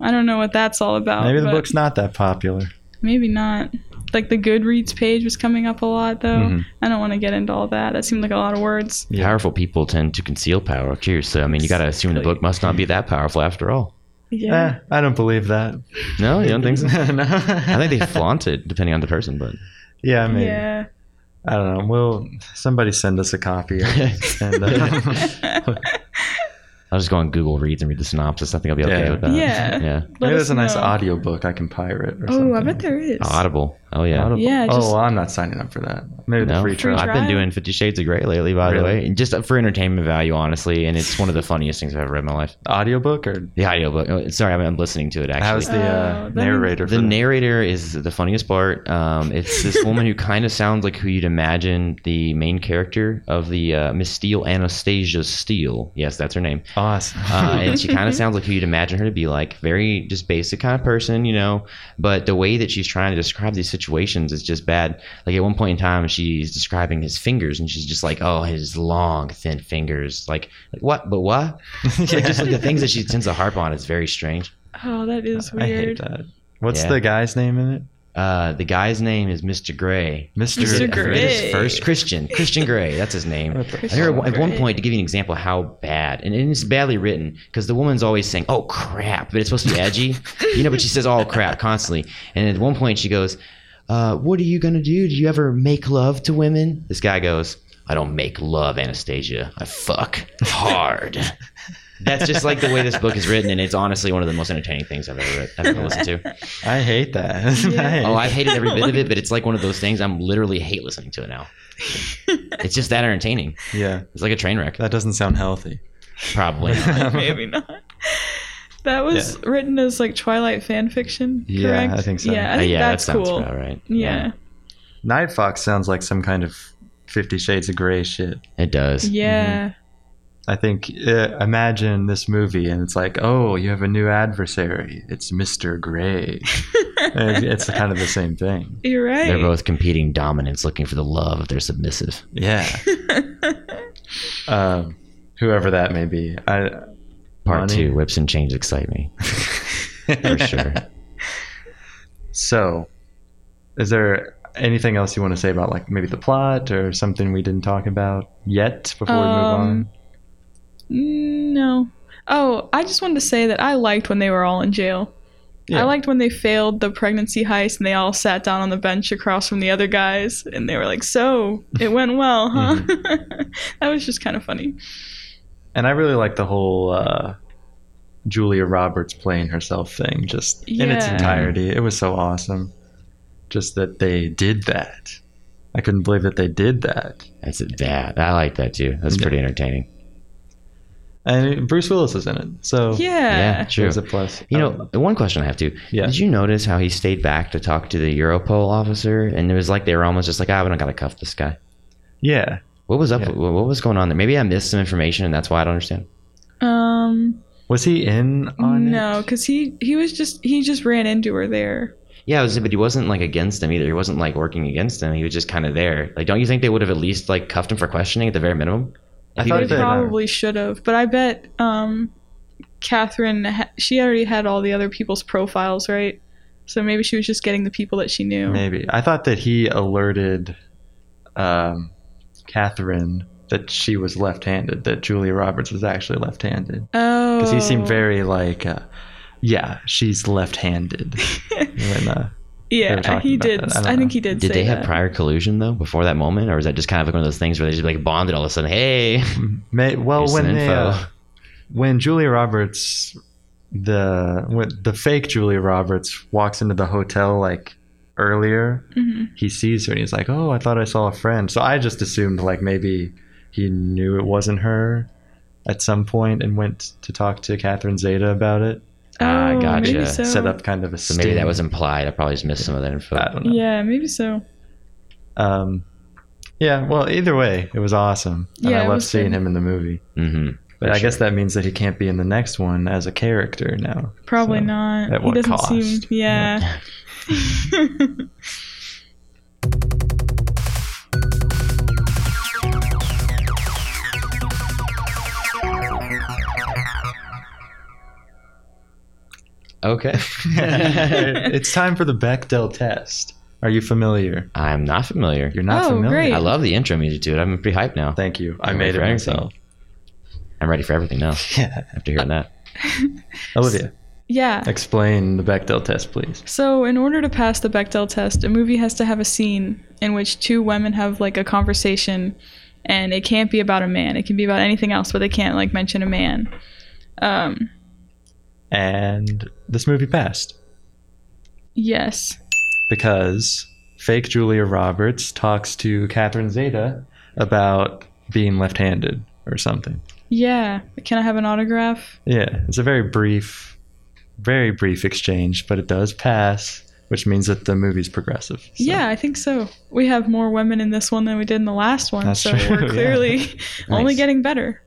S3: I don't know what that's all
S2: Oh,
S3: about.
S1: Maybe the
S3: but-
S1: book's not that popular.
S3: Maybe not. Like the Goodreads page was coming up a lot though.
S1: Mhm.
S3: I don't want to get into all that. That seemed like a lot of words.
S1: Yeah.
S2: Powerful people tend to conceal power too. So I mean, you gotta assume the book must not be that powerful after all.
S3: Yeah.
S1: Eh, I don't believe that.
S2: No, Oh, you don't think so?
S1: no.
S2: I think they flaunt it depending on the person, but
S1: Yeah, maybe.
S3: yeah.
S1: I don't know. Will somebody send us a copy? and, um,
S2: I'll just go on Google Reads and read the synopsis. I think I'll be okay
S1: Yeah.
S2: with that.
S3: Yeah.
S2: Yeah.
S3: Let
S1: maybe
S3: us
S1: there's a nice
S3: know.
S1: audiobook I can pirate or
S3: Oh,
S1: something.
S3: I bet there is.
S2: Audible. Oh yeah.
S1: Audible.
S3: Yeah, just-
S1: oh, I'm not signing up for that. Maybe the
S2: No?
S1: free
S3: Free
S1: trial.
S2: I've
S3: trial.
S2: been doing Fifty Shades of Grey lately, by the
S1: Really?
S2: way, and just for entertainment value, honestly. And it's one of the funniest things I've ever read in my life.
S1: Audiobook or
S2: The audiobook. oh, Sorry, I'm, I'm listening to it
S1: how's
S2: actually.
S1: the
S3: Oh,
S1: uh,
S3: that
S1: narrator?
S2: The
S1: for that?
S2: narrator is the funniest part. Um, it's this woman who kind of sounds like who you'd imagine the main character of the uh, Miss Steele, Anastasia Steele. Yes, that's her name.
S1: Awesome.
S2: uh, and she kind of sounds like who you'd imagine her to be like very just basic kind of person you know but the way that she's trying to describe these situations is just bad like at one point in time she's describing his fingers and she's just like oh his long thin fingers like, like what but what Like, just like the things that she tends to harp on is very strange
S3: Oh, that is
S1: I hate
S3: weird.
S1: that. What's
S2: Yeah.
S1: the guy's name in it?
S2: uh, the guy's name is mr gray
S1: Mr.
S3: Mr.
S2: I
S1: Gray.
S2: forget his
S3: Gray.
S2: first christian christian gray that's his name
S1: What the
S2: I remember
S3: Christian
S2: at one
S3: Grey.
S2: point to give you an example of how bad, and, and it's badly written because the woman's always saying, "Oh crap," but it's supposed to be edgy, you know. But she says, "Oh crap" constantly, and at one point she goes, uh, "What are you gonna do? Do you ever make love to women?" This guy goes, "I don't make love, Anastasia. I fuck hard." That's just like the way this book is written, and it's honestly one of the most entertaining things I've ever read, I've ever listened to.
S1: I hate that.
S3: Yeah.
S1: I hate-
S2: Oh, I've hated every bit of it, but it's like one of those things I'm literally hate listening to it now. It's just that entertaining.
S1: yeah,
S2: It's like a train wreck,
S1: that doesn't sound healthy.
S2: probably. Uh,
S3: Maybe not. That was written as like Twilight fan fiction. Correct?
S1: Yeah, I think so.
S3: Yeah, I
S2: Uh,
S3: think
S2: yeah,
S3: that's
S2: that sounds
S3: cool.
S2: about right.
S3: Yeah.
S1: Night Fox sounds like some kind of Fifty Shades of Grey shit.
S2: it does.
S3: Yeah.
S1: Mm-hmm. I think uh, imagine this movie and it's like, oh, you have a new adversary. It's Mr. Gray. And it's kind of the same thing.
S3: You're right.
S2: They're both competing dominance, looking for the love of their submissive.
S1: Yeah. um, whoever that may be. I,
S2: Part
S1: Money.
S2: two, whips and chains excite me for sure.
S1: So, is there anything else you want to say about like maybe the plot or something we didn't talk about yet before we move on?
S3: Um, Mm, No. Oh, I just wanted to say that I liked when they were all in jail.
S1: Yeah.
S3: I liked when they failed the pregnancy heist and they all sat down on the bench across from the other guys and they were like, "So it went well, huh?"
S1: Mm-hmm.
S3: that was just kind of funny.
S1: And I really like the whole uh, Julia Roberts playing herself thing, just in its
S3: Yeah.
S1: entirety. It was so awesome. Just that they did that. I couldn't believe that they did that.
S2: That's it. That I like that too. That's pretty entertaining.
S1: And Bruce Willis is in it, so
S2: Yeah,
S3: Yeah.
S2: true.
S1: there's a plus.
S2: You
S1: Um,
S2: know, one question I have too.
S1: Yeah.
S2: Did you notice how he stayed back to talk to the Europol officer, and it was like they were almost just like, "Ah, we don't gotta cuff this guy."
S1: yeah,
S2: What was up?
S1: Yeah.
S2: What what was going on there? Maybe I missed some information, and that's why I don't understand.
S3: Um,
S1: was he in on
S3: no,
S1: it?
S3: because he he was just he just ran into her there.
S2: Yeah, it was, but he wasn't like against them either. He wasn't like working against them. He was just kind of there. Like, don't you think they would have at least like cuffed him for questioning at the very minimum?
S1: I
S2: If he
S1: thought
S3: They
S2: would've
S1: they-
S2: been-
S3: probably should have, but I bet um, Catherine ha- she already had all the other people's profiles, right? So maybe she was just getting the people that she knew.
S1: Maybe I thought that he alerted um, Catherine that she was left-handed. That Julia Roberts was actually left-handed
S3: Oh,
S1: because he seemed very like, uh, yeah, she's left-handed. when, uh, they were
S3: Yeah,
S1: talking
S3: he
S1: about
S3: did.
S1: that. I
S3: I,
S1: don't know.
S3: think he did.
S2: Did
S3: say
S2: they have
S3: that.
S2: prior collusion though before that moment, or was that just kind of like one of those things where they just like bonded all of a sudden? Hey,
S1: May, well,
S2: Here's some
S1: when they,
S2: info.
S1: uh, when Julia Roberts, the when the fake Julia Roberts walks into the hotel like earlier,
S3: Mhm.
S1: he sees her and he's like, "Oh, I thought I saw a friend." So I just assumed like maybe he knew it wasn't her at some point and went to talk to Catherine Zeta about it.
S2: Ah,
S3: Oh,
S2: gotcha.
S3: Maybe so.
S1: Set up kind of a
S2: so maybe that
S1: sting.
S2: was implied. I probably just missed some of that info.
S1: I don't know.
S3: Yeah, maybe so.
S1: Um, yeah. Well, either way, it was awesome, and
S3: Yeah,
S1: I
S3: it
S1: loved
S3: was
S1: seeing
S3: good.
S1: him in the movie.
S2: Mm-hmm.
S1: But
S2: For
S1: I guess that means that he can't be in the next one as a character now.
S3: Probably
S1: So,
S3: not.
S1: at
S3: he
S1: what
S3: doesn't
S1: cost?
S3: seem. Yeah.
S2: Okay.
S1: it's time for the Bechdel test. Are you familiar?
S2: I'm not familiar.
S1: You're not
S3: Oh,
S1: familiar.
S3: great.
S2: I love the intro music to it. I'm pretty hyped now.
S1: Thank you. I
S2: I'm ready
S1: made it
S2: for everything.
S1: myself.
S2: I'm ready for everything now
S1: Yeah.
S2: after hearing that.
S1: Olivia,
S3: yeah.
S1: explain the Bechdel test, please.
S3: So, in order to pass the Bechdel test, a movie has to have a scene in which two women have like a conversation, and it can't be about a man. It can be about anything else, but they can't like mention a man. Um,
S1: And this movie passed
S3: yes.
S1: because fake Julia Roberts talks to Catherine Zeta about being left handed or something.
S3: Yeah. Can I have an autograph?
S1: Yeah, it's a very brief, very brief exchange, but it does pass, which means that the movie's progressive. So-
S3: Yeah, I think so. We have more women in this one than we did in the last one,
S1: That's
S3: so
S1: true,
S3: we're
S1: yeah.
S3: clearly only
S2: Nice.
S3: getting better.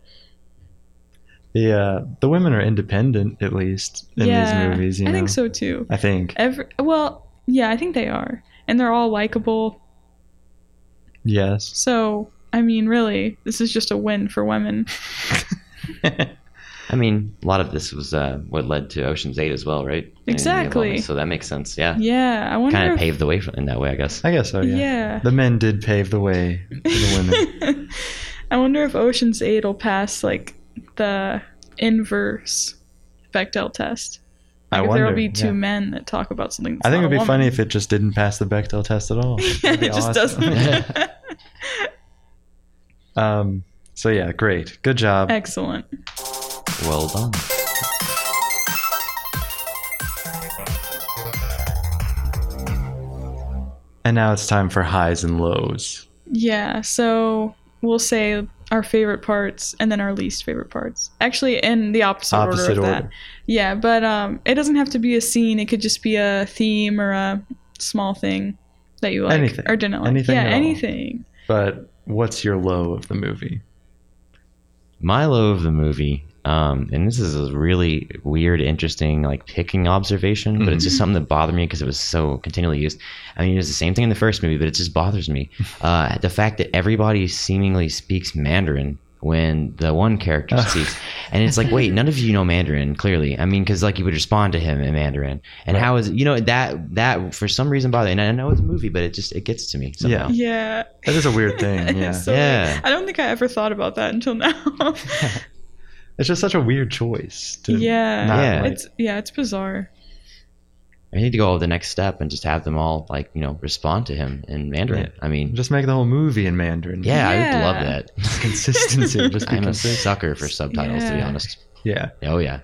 S1: The, uh, the women are independent, at least, in
S3: yeah,
S1: these movies. You
S3: I
S1: know?
S3: think so too.
S1: I think.
S3: Every well, yeah, I think they are, and they're all likable.
S1: Yes.
S3: So I mean, really, this is just a win for women.
S2: I mean, a lot of this was uh, what led to Ocean's Eight as well, right? And the
S3: Exactly.
S2: involvement, So that makes sense. Yeah.
S3: Yeah, I wonder.
S2: Kind of
S3: if,
S2: paved the way for, in that way, I guess.
S1: I guess so, yeah.
S3: yeah.
S1: The men did pave the way for the women.
S3: I wonder if Ocean's Eight will pass like the inverse Bechdel test.
S1: I
S3: Like, if
S1: wonder.
S3: there will be two
S1: yeah.
S3: men that talk about something. That's
S1: I think
S3: not
S1: it'd be
S3: a
S1: funny
S3: woman.
S1: if it just didn't pass the Bechdel test at all. That'd be
S3: it just
S1: awesome.
S3: doesn't.
S1: um, so yeah, great, good job.
S3: Excellent.
S2: Well done.
S1: And now it's time for highs and lows.
S3: Yeah, so we'll say our favorite parts and then our least favorite parts. Actually, in the opposite,
S1: Opposite
S3: order of
S1: order.
S3: that. Yeah, but um, it doesn't have to be a scene. It could just be a theme or a small thing that you like
S1: Anything.
S3: or didn't like.
S1: Anything
S3: yeah,
S1: at all.
S3: anything.
S1: But what's your low of the movie?
S2: My low of the movie, um, and this is a really weird, interesting, like picking observation, but it's just something that bothered me because it was so continually used. I mean, it was the same thing in the first movie, but it just bothers me. Uh, the fact that everybody seemingly speaks Mandarin when the one character speaks. And it's like, wait, none of you know Mandarin, clearly. I mean, because like you would respond to him in Mandarin. And how is you know that that for some reason bothered? And I know it's a movie, but it just it gets to me.
S1: Yeah.
S2: Somehow.
S3: Yeah.
S1: That is a weird thing. Yeah.
S3: So,
S2: Yeah.
S3: I don't think I ever thought about that until now.
S1: It's just such a weird choice. To
S3: yeah.
S1: Not
S2: Yeah.
S1: like-
S3: It's yeah, it's bizarre.
S2: I need to go the next step and just have them all like you know respond to him in Mandarin. I mean,
S1: just make the whole movie in Mandarin.
S2: yeah,
S3: Yeah.
S2: I would love that.
S1: Consistency. Just be
S2: I'm a
S1: consistent.
S2: sucker for subtitles, to be
S3: Yeah.
S2: honest.
S1: Yeah.
S2: Oh yeah,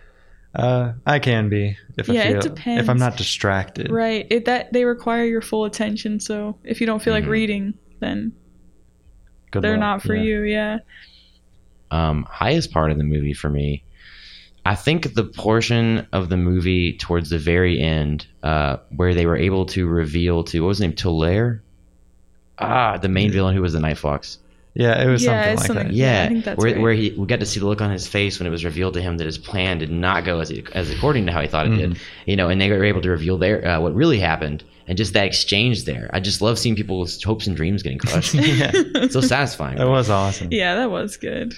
S1: Uh, I can be if
S3: Yeah,
S1: I
S3: it
S1: feel if
S3: depends.
S1: I'm not distracted.
S3: Right. It that they require your full attention, so if you don't feel
S2: Mhm.
S3: like reading, then
S1: Mm-hmm. Good
S3: they're
S1: luck.
S3: not for
S1: Yeah.
S3: you, yeah.
S2: um, highest part of the movie for me. I think the portion of the movie towards the very end, uh, where they were able to reveal to what was his name, Tolaire, ah, the main villain who was the Night Fox.
S1: Yeah, it was
S3: Yeah,
S1: something
S3: it's
S1: like
S3: something-
S1: that.
S2: Yeah,
S3: I think that's
S2: where,
S3: right.
S2: where he we got to see the look on his face when it was revealed to him that his plan did not go as as according to how he thought it did.
S1: Mm-hmm.
S2: You know, and they were able to reveal their uh, what really happened and just that exchange there. I just love seeing people's hopes and dreams getting crushed.
S1: yeah,
S2: It's so satisfying.
S1: that was awesome.
S3: Yeah, that was good.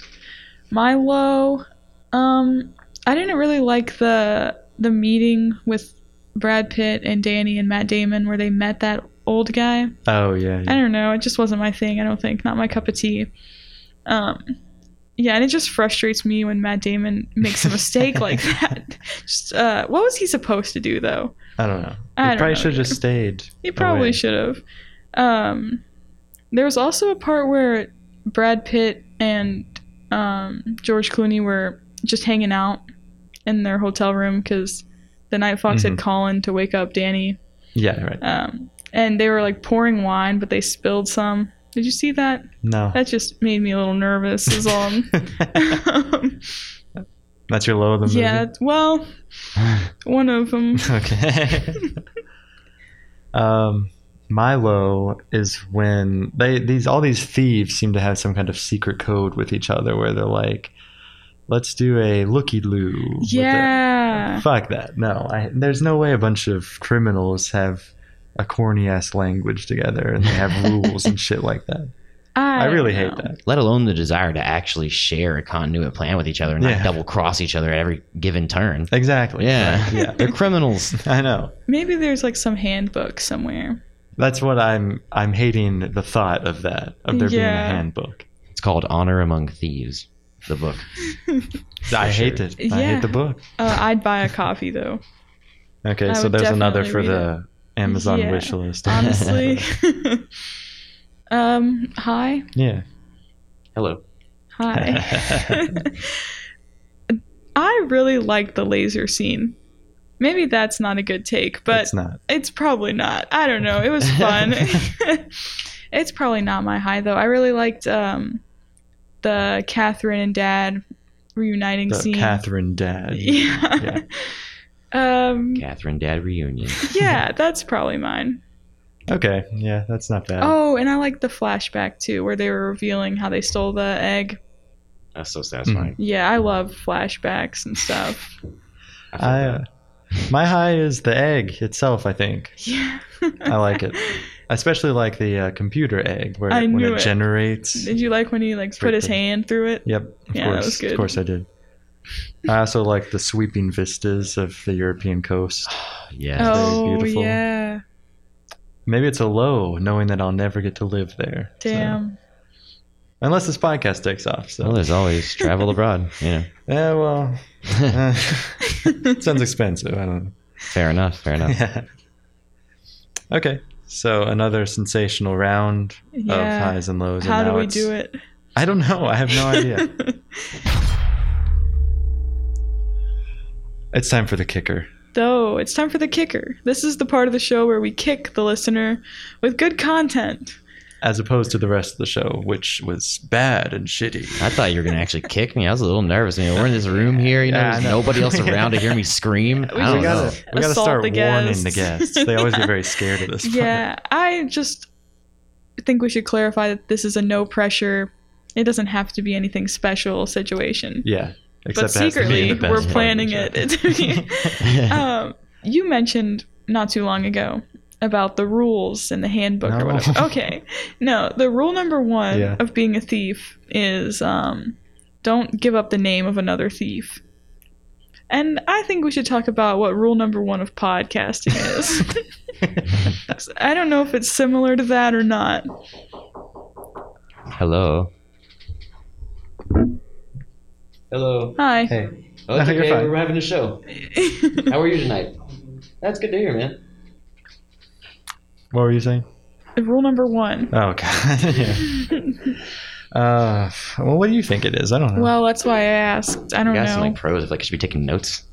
S3: Milo, um, I didn't really like the the meeting with Brad Pitt and Danny and Matt Damon where they met that old guy.
S1: Oh yeah.
S3: I
S1: yeah.
S3: don't know. It just wasn't my thing. I don't think not my cup of tea. Um, yeah, and it just frustrates me when Matt Damon makes a mistake like that. Just uh, what was he supposed to do though?
S1: I don't know.
S3: I
S1: You
S3: don't
S1: probably
S3: know
S1: should have
S3: either.
S1: just stayed.
S3: He probably
S1: away.
S3: should have. Um, there was also a part where Brad Pitt and um, George Clooney were just hanging out in their hotel room because the Night Fox
S1: Mhm.
S3: had Colin to wake up Danny,
S1: Yeah. Right.
S3: um, and they were like pouring wine, but they spilled some. Did you see that?
S1: No.
S3: That just made me a little nervous. Is all. um,
S1: That's your low of the movie.
S3: yeah. Well, one of them.
S1: okay. um, my low is when they these all these thieves seem to have some kind of secret code with each other where they're like, let's do a looky loo.
S3: Yeah.
S1: Fuck that. No, I, there's no way a bunch of criminals have a corny ass language together and they have rules and shit like that. I,
S3: don't
S1: really
S3: know.
S1: hate that.
S2: Let alone the desire to actually share a continuit plan with each other and
S1: Yeah.
S2: not double cross each other at every given turn.
S1: Exactly.
S2: Yeah,
S1: Yeah.
S2: they're criminals.
S1: I know.
S3: Maybe there's like some handbook somewhere.
S1: That's what I'm I'm hating the thought of that, of there being a
S3: Yeah.
S1: handbook.
S2: It's called Honor Among Thieves, the book.
S1: I
S2: sure.
S1: hate it. I
S3: Yeah.
S1: hate the book.
S3: Uh, I'd buy a coffee though.
S1: Okay,
S3: I
S1: so
S3: would
S1: there's another for
S3: definitely
S1: the Amazon
S3: Yeah,
S1: wish list.
S3: Honestly. um. Hi.
S1: yeah.
S2: Hello.
S3: Hi. I really like the laser scene. Maybe that's not a good take, but
S1: it's not.
S3: It's probably not. I don't know. It was fun. it's probably not my high though. I really liked um, the Catherine and Dad reuniting
S1: The
S3: scene.
S1: Catherine Dad.
S3: Yeah. Um.
S2: Catherine Dad Reunion.
S3: Yeah, that's probably mine.
S1: Okay, yeah, that's not bad.
S3: Oh, and I like the flashback too, where they were revealing how they stole the egg.
S2: That's so satisfying.
S3: Yeah, I love flashbacks and stuff.
S2: feel
S1: I,
S2: bad.
S1: uh, my high is the egg itself, I think.
S3: Yeah.
S1: I like it. I especially like the uh, computer egg where
S3: I
S1: it- when
S3: knew
S1: it,
S3: it.
S1: generates.
S3: Did you like when he like put his
S1: Freaking-
S3: hand through it?
S1: Yep, of
S3: Yeah, that
S1: course.
S3: was
S1: Of
S3: good.
S1: course I did. I also like the sweeping vistas of the European coast.
S2: yeah.
S1: very
S3: Oh
S1: beautiful.
S3: yeah.
S1: Maybe it's a low knowing that I'll never get to live there. so-
S3: Damn.
S1: Unless this podcast takes off. So.
S2: Well, there's always travel abroad. You know.
S1: Yeah, Eh, well, uh, sounds expensive. I don't know.
S2: Fair enough. Fair enough.
S1: Yeah. Okay, so another sensational round of
S3: Yeah.
S1: highs and lows.
S3: How
S1: and
S3: do
S1: now
S3: we
S1: it's-
S3: do it?
S1: I don't know. I have no idea. it's time for the kicker.
S3: Though it's time for the kicker. This is the part of the show where we kick the listener with good content.
S1: As opposed to the rest of the show, which was bad and shitty.
S2: I thought you were gonna actually kick me. I was a little nervous. I mean, we're in this room here. You know,
S1: Yeah, I
S2: there's
S1: know.
S2: nobody else around to hear me scream.
S3: We
S2: I
S1: we
S2: don't know.
S1: gotta, we gotta
S3: Assault
S1: start
S3: the
S1: warning the
S3: guests.
S1: guests. They always get very scared of this. part.
S3: Yeah, I just think we should clarify that this is a no pressure. It doesn't have to be anything special situation.
S1: Yeah. Except it has
S3: but
S1: to be
S3: secretly,
S1: the best part
S3: we're
S1: of the
S3: planning
S1: show.
S3: it. um, you mentioned not too long ago about the rules in the handbook
S1: No.
S3: or whatever. Okay. No, the rule number one
S1: Yeah.
S3: of being a thief is um, Don't give up the name of another thief. And I think we should talk about what rule number one of podcasting is. I don't know if it's similar to that or not.
S2: Hello. Hello.
S3: Hi.
S2: Hey.
S1: No,
S2: Oh, it's
S1: you're
S2: okay.
S1: fine.
S2: We're having a show. How are you tonight? That's good to hear, man.
S1: What were you saying?
S3: rule number one.
S1: Oh god. yeah. Uh, well, what do you think it is? I don't know.
S3: Well, that's why I asked. I
S2: You
S3: don't
S2: guys
S3: know.
S2: sound like pros. I feel like I should be taking notes.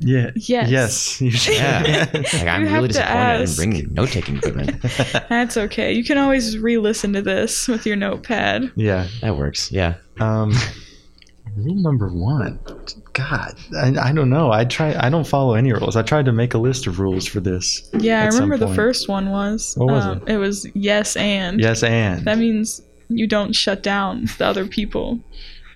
S1: yeah.
S3: Yes.
S1: Yes. You should.
S2: Like I'm
S3: have
S2: really
S3: to
S2: disappointed I didn't
S3: ask.
S2: bring your note taking equipment.
S3: That's okay. You can always re-listen to this with your notepad.
S1: yeah.
S2: that works. Yeah.
S1: Um, rule number one. God, I, I don't know. I try. I don't follow any rules. I tried to make a list of rules for this.
S3: Yeah,
S1: At
S3: I
S1: some
S3: remember the
S1: point.
S3: first one was. um,
S1: What was
S3: it? was yes and.
S1: Yes, and
S3: That means you don't shut down the other people,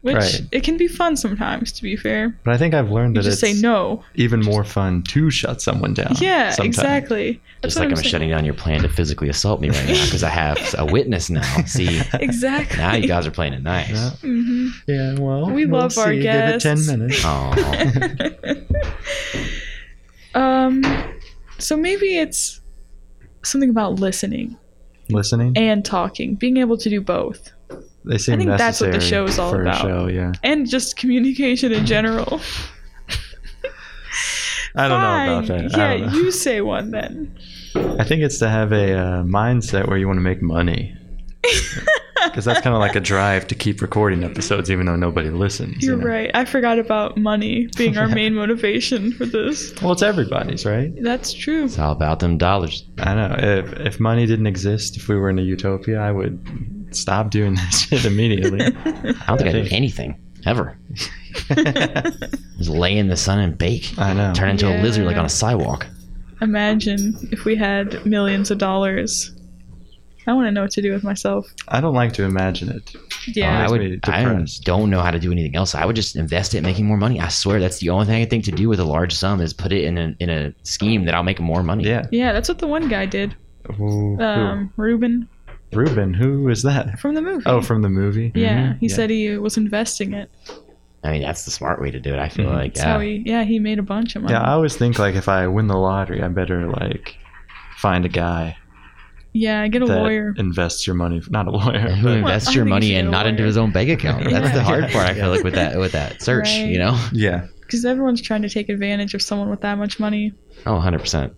S3: which
S1: Right.
S3: it can be fun sometimes. To be fair,
S1: but I think I've learned
S3: you
S1: that
S3: just
S1: it's
S3: say no.
S1: even more fun to shut someone down.
S3: yeah,
S1: sometime.
S3: exactly.
S2: Just like I'm,
S3: saying.
S2: shutting down your plan to physically assault me right now because I have a witness now. See,
S3: Exactly.
S2: now you guys are playing it nice.
S1: Yeah.
S3: hmm
S1: Yeah. Well,
S3: We
S1: we'll
S3: love our
S1: see. Give it
S3: guests.
S1: ten minutes.
S2: Aw.
S3: um, so maybe it's something about listening
S1: Listening.
S3: and talking, being able to do both,
S1: They seem
S3: I think that's what
S1: necessary
S3: the show is all
S1: for
S3: about.
S1: a show. Yeah.
S3: and just communication in general.
S1: I don't know about
S3: Fine.
S1: that. I,
S3: Yeah,
S1: don't know.
S3: you say one then.
S1: I think it's to have a uh, mindset where you want to make money. Because that's kind of like a drive to keep recording episodes, even though nobody listens. you
S3: You're
S1: know?
S3: right. I forgot about money being our main motivation for this.
S1: Well, it's everybody's, right?
S3: That's true.
S2: It's all about them dollars.
S1: I know. If if money didn't exist, if we were in a utopia, I would stop doing that shit immediately.
S2: I don't think I
S1: Okay.
S2: did anything ever. Just lay in the sun and bake.
S1: I know.
S2: Turn into a lizard like
S3: Yeah.
S2: on a sidewalk.
S3: Imagine if we had millions of dollars. I want to know what to do with myself.
S1: I don't like to imagine it.
S3: Yeah.
S2: I
S1: makes me
S2: would. I
S1: depressed.
S2: don't know how to do anything else. I would just invest it, in making more money. I swear, that's the only thing I think to do with a large sum is put it in a in a scheme that I'll make more money.
S1: Yeah.
S3: Yeah, that's what the one guy did.
S1: Ooh,
S3: Um, Ruben
S1: who? Ruben, who is that?
S3: from the movie.
S1: Oh, from the movie.
S3: yeah, he
S1: Yeah.
S3: said he was investing it.
S2: I mean that's the smart way to do it. I feel
S1: Mhm.
S2: like.
S3: That's
S2: Yeah.
S3: how he. Yeah, he made a bunch of money.
S1: Yeah, I always think like if I win the lottery, I better like find a guy
S3: yeah, get a
S1: that
S3: lawyer.
S1: invests your money. Not a lawyer.
S2: who
S1: but-
S3: Well,
S2: invests
S3: I
S2: your
S3: think you
S2: money
S3: should
S2: and
S3: go
S2: not into
S3: lawyer.
S2: his own bank account. That's
S3: Yeah.
S2: the hard part. I
S1: Yeah.
S2: feel like with that with that search, you know.
S1: yeah.
S3: Because everyone's trying to take advantage of someone with that much money.
S2: Oh, 100 percent.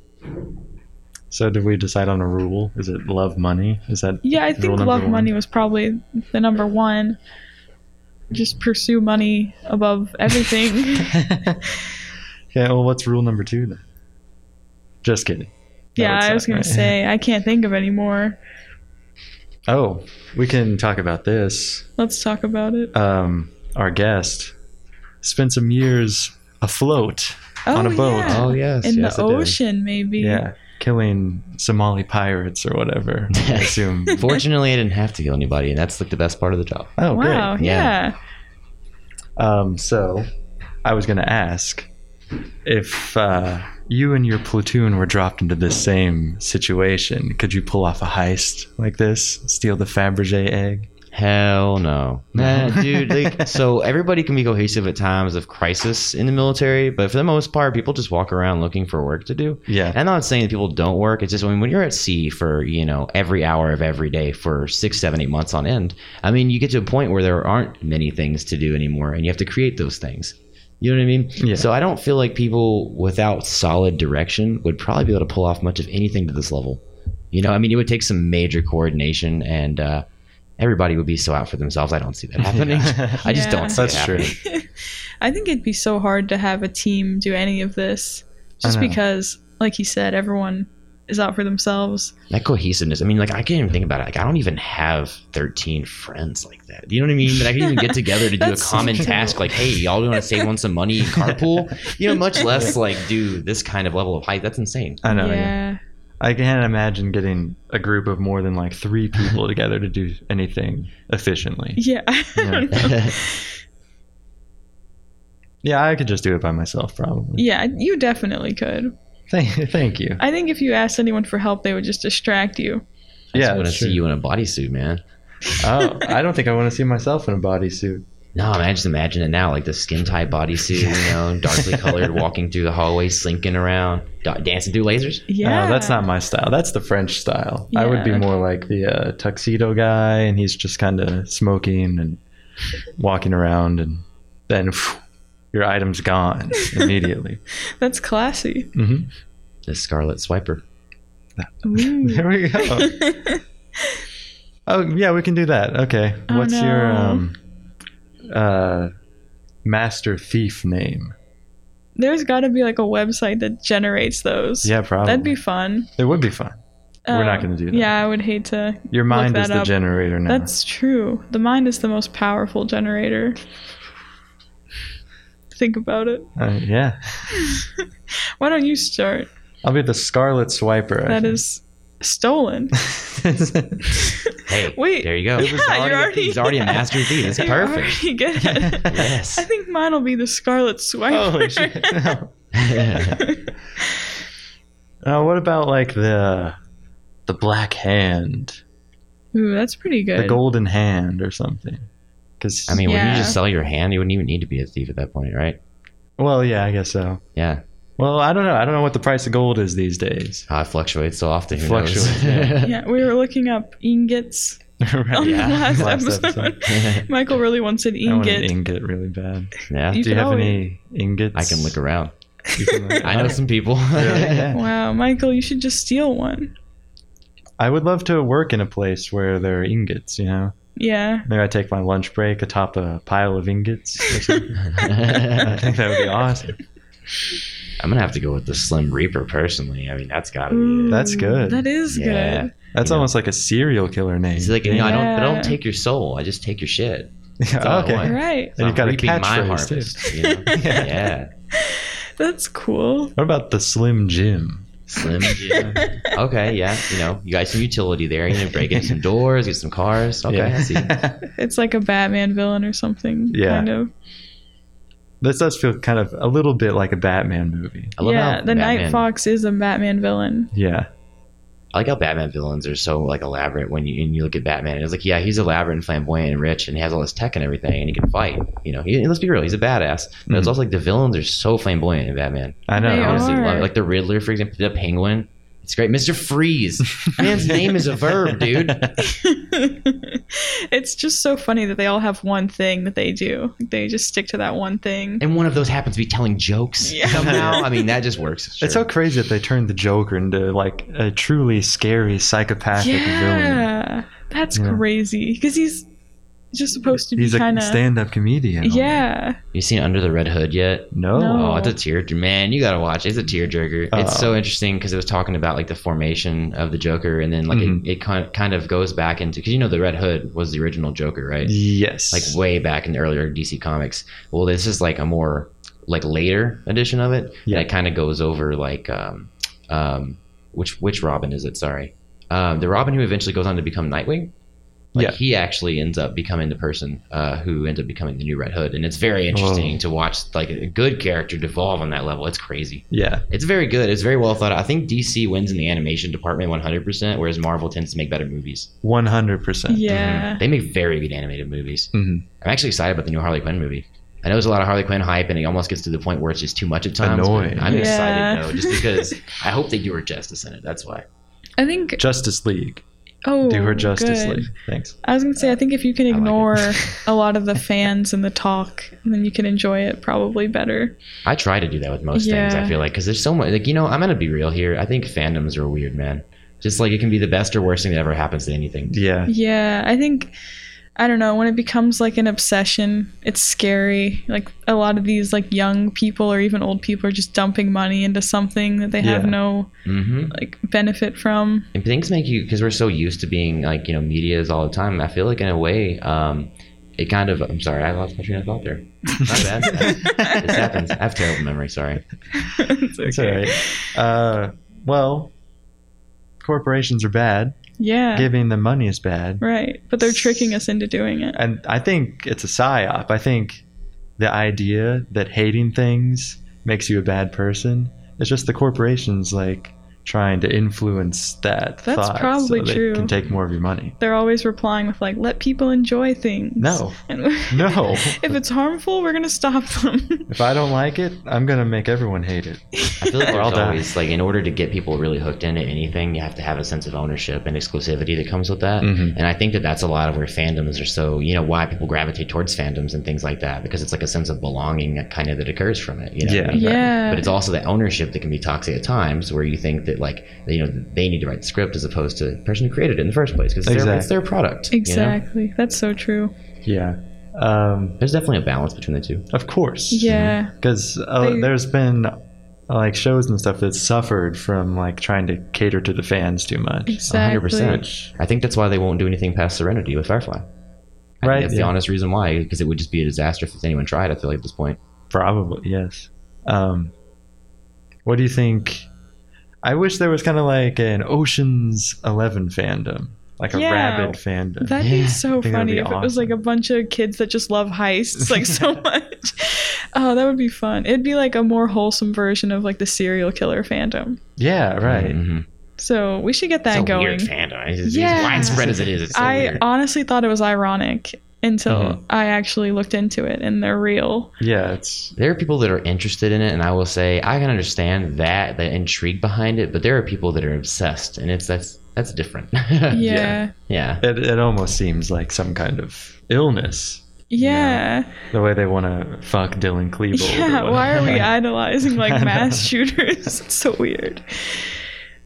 S1: So did we decide on a rule? Is it love money? Is that
S3: Yeah, I
S1: Rule
S3: think
S1: number
S3: love
S1: one.
S3: money was probably the number one. Just pursue money above everything.
S1: Yeah, well what's rule number two then? Just kidding. That
S3: yeah,
S1: would
S3: I
S1: suck,
S3: was gonna
S1: right?
S3: say I can't think of any more.
S1: Oh, we can talk about this.
S3: Let's talk about it.
S1: Um, our guest spent some years afloat.
S3: Oh,
S1: On a boat.
S3: yeah.
S1: Oh,
S2: yes,
S3: In the ocean, maybe.
S1: Killing Somali pirates or whatever. I assume.
S2: Fortunately, I didn't have to kill anybody, and that's like the best part of the job.
S1: Oh,
S3: Wow.
S2: great. Yeah.
S3: Yeah.
S1: great. Um, so I was going to ask if uh, you and your platoon were dropped into this same situation, could you pull off a heist like this? Steal the Fabergé egg?
S2: Hell no.
S1: No.
S2: Nah, dude, like, so everybody can be cohesive at times of crisis in the military, but for the most part, people just walk around looking for work to do. And
S1: Yeah.
S2: I'm not saying that people don't work. It's just, I mean, when you're at sea for, you know, every hour of every day for six, seven, eight months on end, I mean, you get to a point where there aren't many things to do anymore, and you have to create those things. You know what I mean?
S1: Yeah.
S2: So I don't feel like people without solid direction would probably be able to pull off much of anything to this level. You know, I mean, it would take some major coordination, and uh, everybody would be so out for themselves. I don't see that happening. I just
S3: Yeah.
S2: don't. See it
S1: That's true.
S2: happening.
S3: I think it'd be so hard to have a team do any of this, just
S1: know.
S3: because, like you said, everyone is out for themselves.
S2: That cohesiveness. I mean, like I can't even think about it. Like I don't even have thirteen friends like that. You know what I mean? That I can even get together to do a
S3: That's so
S2: common
S3: true.
S2: task. Like, hey, y'all want to save on some money and carpool? You know, much less like do this kind of level of height. That's insane.
S1: I know. yeah.
S3: yeah.
S1: I can't imagine getting a group of more than like three people together to do anything efficiently.
S3: Yeah. I don't know.
S1: Yeah, I could just do it by myself probably.
S3: yeah, you definitely could.
S1: Thank, thank you.
S3: I think if you asked anyone for help, they would just distract you.
S2: I
S1: Yeah,
S2: want to
S1: sure.
S2: see you in a bodysuit, man.
S1: Oh, I don't think I want to see myself in a bodysuit.
S2: No, man, I just imagine it now, like the skin tight bodysuit, you know, darkly colored, walking through the hallway, slinking around, da- dancing through lasers.
S3: Yeah.
S1: No, Oh, Uh, that's not my style. That's the French style. I would be
S3: Yeah.
S1: more like the uh, tuxedo guy, and he's just kind of smoking and walking around, and then phew, your item's gone immediately.
S3: That's classy.
S1: hmm
S2: The Scarlet Swiper.
S3: Ooh.
S1: There we go. Oh yeah, we can do that. Okay.
S3: Oh,
S1: What's your
S3: no.
S1: um, uh, master thief name?
S3: There's got to be like a website that generates those.
S1: Yeah, probably.
S3: That'd be fun.
S1: it would be fun. We're not
S3: Um,
S1: gonna do that.
S3: Yeah, I would hate to.
S1: Your mind
S3: that
S1: is the
S3: up.
S1: generator now.
S3: That's true. The mind is the most powerful generator. Think about it.
S1: Uh, yeah.
S3: Why don't you start?
S1: I'll be the Scarlet Swiper. I
S3: That
S1: think.
S3: is stolen.
S2: Hey,
S3: Wait.
S2: there you go.
S3: It was Yeah, you're
S2: a
S3: already-
S2: thief. He's already a master thief. It's
S3: You
S2: perfect.
S3: already get it. I
S2: Yes.
S3: think mine'll be the Scarlet Swiper.
S1: Holy shit. No. Uh, what about like the the black hand,
S3: Ooh, that's pretty good.
S1: the golden hand, or something? Because
S2: I mean, wouldn't
S3: Yeah.
S2: you just sell your hand? You wouldn't even need to be a thief at that point, right?
S1: well, yeah, I guess so.
S2: Yeah.
S1: Well, I don't know. I don't know what the price of gold is these days.
S2: How it fluctuates so often. Who
S1: Fluctuates,
S2: Knows?
S3: Yeah, we were looking up ingots on
S1: Right.
S3: the last,
S1: Last
S3: episode. Michael really wants an
S1: I want an
S3: ingot.
S1: ingot really bad.
S2: yeah.
S3: You
S1: Do you
S3: can
S1: have
S3: always-
S1: any ingots?
S2: I can look around.
S1: You can look-
S2: I know some people.
S1: Yeah.
S3: Wow, Michael, you should just steal one.
S1: I would love to work in a place where there are ingots. You know,
S3: Yeah.
S1: maybe I take my lunch break atop a pile of ingots. Or something. I
S2: I'm
S1: think that would be awesome.
S2: gonna have to go with the Slim Reaper personally. I mean, that's gotta be.
S3: Ooh,
S2: it.
S1: That's good.
S3: That is
S2: Yeah.
S3: good.
S1: That's
S2: You know.
S1: almost like a serial killer name.
S2: He's like, you know, I don't, I
S3: Yeah.
S2: don't take your soul. I just take your shit. all I
S1: okay.
S2: want.
S3: All right.
S2: So
S1: And you've
S2: I'm
S1: got a
S2: reaping my
S1: catchphrase, too.
S2: harvest. You know?
S1: Yeah.
S2: yeah.
S3: That's cool.
S1: What about the Slim Jim?
S2: Slim. Jim. okay. Yeah. You know, you got some utility there. You know, break in some doors, get some cars. Okay. I see.
S1: Yeah.
S3: It's like a Batman villain or something.
S1: Yeah.
S3: Kind of.
S1: this does feel kind of a little bit like a Batman movie.
S2: I love
S3: yeah,
S2: how
S3: the Night
S2: Batman-
S3: Fox is a Batman villain.
S1: Yeah.
S2: I like how Batman villains are so like elaborate when you and you look at Batman. and It's like, yeah, he's elaborate and flamboyant and rich, and he has all this tech and everything, and he can fight. You know, he, let's be real, he's a badass. But
S1: Mhm.
S2: it's also like the villains are so flamboyant in Batman.
S1: I
S3: Mm-hmm. They
S2: I
S1: know.
S2: honestly
S3: are.
S2: love it. Like the Riddler, for example, the Penguin. It's great, Mister Freeze. Man's name is a verb, dude.
S3: it's just so funny that they all have one thing that they do. Like, they just stick to that one thing.
S2: And one of those happens to be telling jokes
S3: Yeah.
S2: somehow. I mean, that just works.
S1: It's so crazy that they turned the Joker into like a truly scary psychopathic villain.
S3: Yeah. That's
S1: Yeah.
S3: crazy. Because he's just supposed to be
S1: He's a
S3: kind of.
S1: stand-up comedian.
S3: Yeah.
S2: You seen Under the Red Hood yet?
S1: No.
S3: No.
S2: Oh, it's a tear. Man, you gotta watch. It's a tearjerker. It's so interesting because it was talking about like the formation of the Joker, and then like
S1: Mhm.
S2: it, it kind kind of goes back into because you know the Red Hood was the original Joker, right?
S1: Yes.
S2: Like way back in the earlier DC comics. Well, this is like a more like later edition of it
S1: Yeah.
S2: that kind of goes over like um um which which Robin is it? Sorry, um, the Robin who eventually goes on to become Nightwing. Like
S1: Yeah.
S2: he actually ends up becoming the person uh, who ends up becoming the new Red Hood, and it's
S1: Oh.
S2: very interesting
S1: Whoa.
S2: to watch like a good character devolve on that level. It's crazy.
S1: yeah.
S2: It's very good. It's very well thought out. I think DC wins in the animation department 100%, whereas Marvel tends to make better movies.
S1: One hundred percent.
S3: Yeah.
S2: Mm-hmm.
S3: Mm-hmm.
S2: They make very good animated movies.
S1: Mhm.
S2: I'm actually excited about the new Harley Quinn movie. I know there's a lot of Harley Quinn hype, and it almost gets to the point where it's just too much at times. but
S1: Annoying.
S2: I'm
S3: Yeah.
S2: excited though, just because I hope they do her justice in it. That's why.
S3: I think.
S1: Justice League.
S3: Oh.
S1: Do her Justice
S3: good.
S1: League. Thanks.
S3: I was gonna say, I think if you can
S2: like it.
S3: ignore a lot of the fans and the talk, then you can enjoy it probably better.
S2: I try to do that with most things.
S3: Yeah.
S2: I feel like because there's so much. Like you know, I'm gonna be real here. I think fandoms are weird, man. Just like it can be the best or worst thing that ever happens to anything.
S1: Yeah.
S3: Yeah, I think, I don't know, when it becomes like an obsession, it's scary. Like a lot of these like young people or even old people are just dumping money into something that they have
S1: Yeah.
S3: no
S2: Mm-hmm.
S3: like benefit from.
S2: and things make you because we're so used to being like you know medias all the time i feel like in a way um it kind of i'm sorry i lost my train of thought there my bad this happens i have terrible memory sorry
S3: It's
S1: It's all
S3: okay.
S1: right. Uh, well, corporations are bad.
S3: Yeah.
S1: Giving them money is bad.
S3: Right. But they're tricking us into doing it.
S1: and I think it's a psyop. I think the idea that hating things makes you a bad person is just the corporations like trying to influence that
S3: That's
S1: thought
S3: probably
S1: so they
S3: true.
S1: can take more of your money.
S3: They're always replying with like, "Let people enjoy things."
S1: No.
S3: And
S1: No.
S3: if it's harmful, we're gonna stop them.
S1: If I don't like it, I'm gonna make everyone hate it.
S2: I feel like
S1: We're all
S2: there's
S1: done.
S2: always like in order to get people really hooked into anything, you have to have a sense of ownership and exclusivity that comes with that.
S1: Mhm.
S2: And I think that that's a lot of where fandoms are so you know why people gravitate towards fandoms and things like that because it's like a sense of belonging that kind of that occurs from it. You know what I
S1: Yeah.
S2: mean?
S3: yeah.
S2: But it's also that ownership that can be toxic at times, where you think that like you know they need to write the script as opposed to the person who created it in the first place because their it's
S1: Exactly.
S2: their product. you know?
S3: exactly. That's so true.
S1: Yeah. Um,
S2: There's definitely a balance between the two.
S1: of course.
S3: Yeah.
S1: Because uh,
S3: They-
S1: there's been uh, like shows and stuff that suffered from like trying to cater to the fans too much.
S3: Exactly.
S2: 100%. I think that's why they won't do anything past Serenity with Firefly. I think
S1: Right,
S2: that's
S1: yeah.
S2: the honest reason why, because it would just be a disaster if anyone tried. I feel like at this point.
S1: Probably yes. Um, what do you think? I wish there was kind of like an Ocean's Eleven fandom, like a
S3: Yeah.
S1: rabid fandom.
S3: That'd
S2: Yeah,
S3: be so
S1: I think that'd
S3: funny
S1: be
S3: if it was like a bunch of kids that just love heists like so much. Oh, that would be fun. It'd be like a more wholesome version of like the serial killer fandom.
S1: yeah, right.
S2: Mhm.
S3: So we should get that
S2: it's a
S3: going.
S2: weird fandom. It's, it's
S3: Yeah.
S2: as widespread as it is. It's so
S3: I
S2: weird. Uh-huh.
S3: honestly thought it was ironic until
S1: Mhm.
S3: I actually looked into it and they're real.
S2: Mm-hmm.
S1: Yeah, it's
S2: there are people that are interested in it, and I will say I can understand that the intrigue behind it, but there are people that are obsessed, and it's that's that's different.
S1: Yeah.
S3: Yeah. Yeah.
S2: yeah.
S1: it, it almost seems like some kind of illness
S3: Yeah.
S1: the way they want to fuck Dylan Klebold. or
S3: Why are we
S1: whatever.
S3: idolizing
S1: I
S3: like
S1: know.
S3: mass shooters? It's so weird.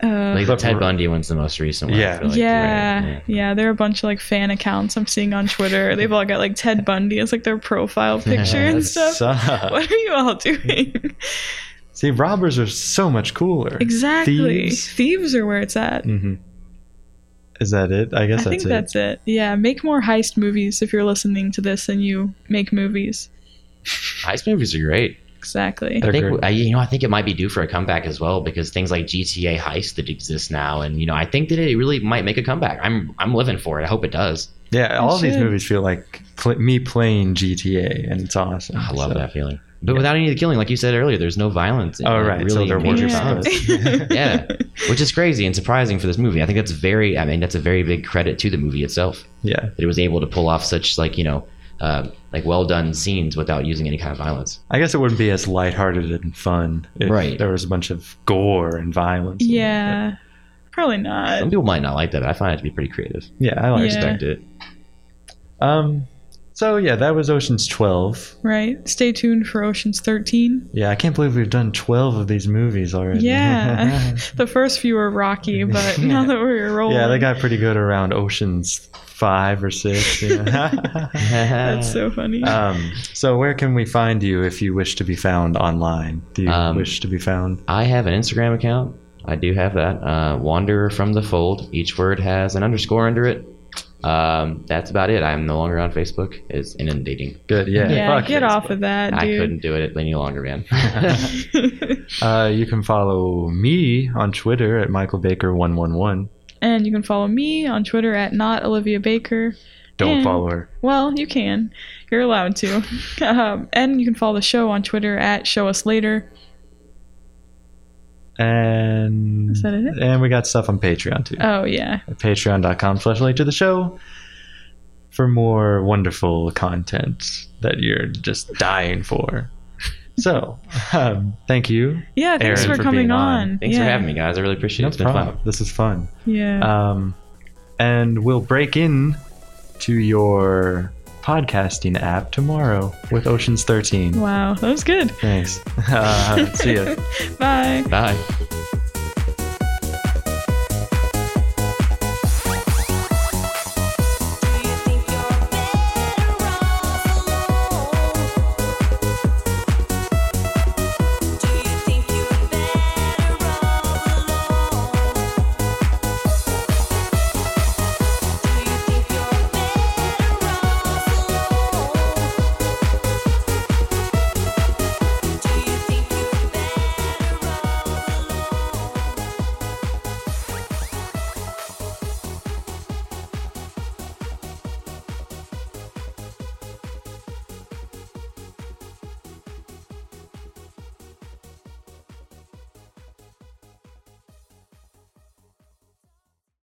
S3: Uh,
S2: Like the
S1: But
S2: Ted
S1: we're-
S2: Bundy one's the most recent one. I
S1: Yeah.
S2: feel like,
S3: yeah,
S2: right?
S3: yeah, There are a bunch of like fan accounts I'm seeing on Twitter. They've all got like Ted Bundy as like their profile picture
S1: That
S3: and stuff.
S1: sucks.
S3: What are you all doing?
S1: See, robbers are so much cooler.
S3: exactly.
S1: Thieves.
S3: Thieves. are where it's at.
S1: hmm Is that it? I guess that's
S3: I think
S1: it.
S3: that's it. Yeah, make more heist movies if you're listening to this and you make movies.
S2: Heist movies are great.
S3: Exactly.
S1: They're
S2: I think
S1: great.
S2: I, you know I think it might be due for a comeback as well because things like GTA Heist that exist now, and you know I think that it really might make a comeback. I'm I'm living for it. I hope it does.
S1: yeah, all of these
S3: should.
S1: movies feel like pl- me playing GTA, and it's awesome.
S2: I love
S1: So-
S2: that feeling. But without any of the killing, like you said earlier, there's no violence. in
S1: Oh,
S2: it. It
S1: right, so they're
S2: makes
S1: Major
S2: it
S1: worse.
S2: fun. yeah, which is crazy and surprising for this movie. I think that's very. I mean, that's a very big credit to the movie itself
S1: Yeah,
S2: that it was able to pull off such like you know, uh, like well done scenes without using any kind of violence.
S1: I guess it wouldn't be as lighthearted and fun if
S2: Right.
S1: there was a bunch of gore and violence. in it,
S3: Yeah. Probably
S2: Some
S3: not.
S2: people might not like that, but I find it to be pretty creative.
S1: but- yeah, I like.
S2: I
S3: Yeah.
S2: respect it.
S1: It. Um, so yeah, that was Ocean's Twelve.
S3: Right. Stay tuned for Ocean's 13.
S1: Yeah, I can't believe we've done twelve of these movies already.
S3: Yeah. the first few were rocky, but now that we're rolling,
S1: yeah, they got pretty good around Ocean's Five or Six. Yeah.
S3: that's so funny.
S1: um, so where can we find you if you wish to be found online? Do you
S2: Um,
S1: wish to be found?
S2: I have an Instagram account. I do have that. Uh, Wanderer from the Fold. Each word has an underscore under it. Um, that's about it. I'm no longer on Facebook. It's inundating.
S1: Good. Yeah.
S3: yeah,
S1: Fuck
S3: get
S1: Facebook.
S3: off of that,
S2: I
S3: dude.
S2: couldn't do it any longer, man.
S1: Uh, you can follow me on Twitter at Michael Baker one one one.
S3: and you can follow me on Twitter at not Olivia Baker.
S1: Don't
S3: Yeah.
S1: follow her.
S3: Well, you can. You're allowed to. Um, and you can follow the show on Twitter at Show Us Later.
S1: And
S3: Is that it?
S1: and we got stuff on Patreon too.
S3: Oh yeah,
S1: At Patreon.com slash late to the show for more wonderful content that you're just dying for. So, um, thank you.
S3: yeah. Thanks
S1: Aaron,
S3: for
S1: for being
S3: coming
S1: on.
S3: on.
S2: Thanks
S3: yeah.
S2: for having me, guys. I really appreciate it.
S1: No
S2: It's been fun.
S1: problem. This is fun.
S3: Yeah.
S1: Um, and we'll break in to your podcasting app tomorrow with Ocean's 13.
S3: wow, that was good.
S1: Thanks. Uh, see ya.
S3: Bye.
S2: Bye.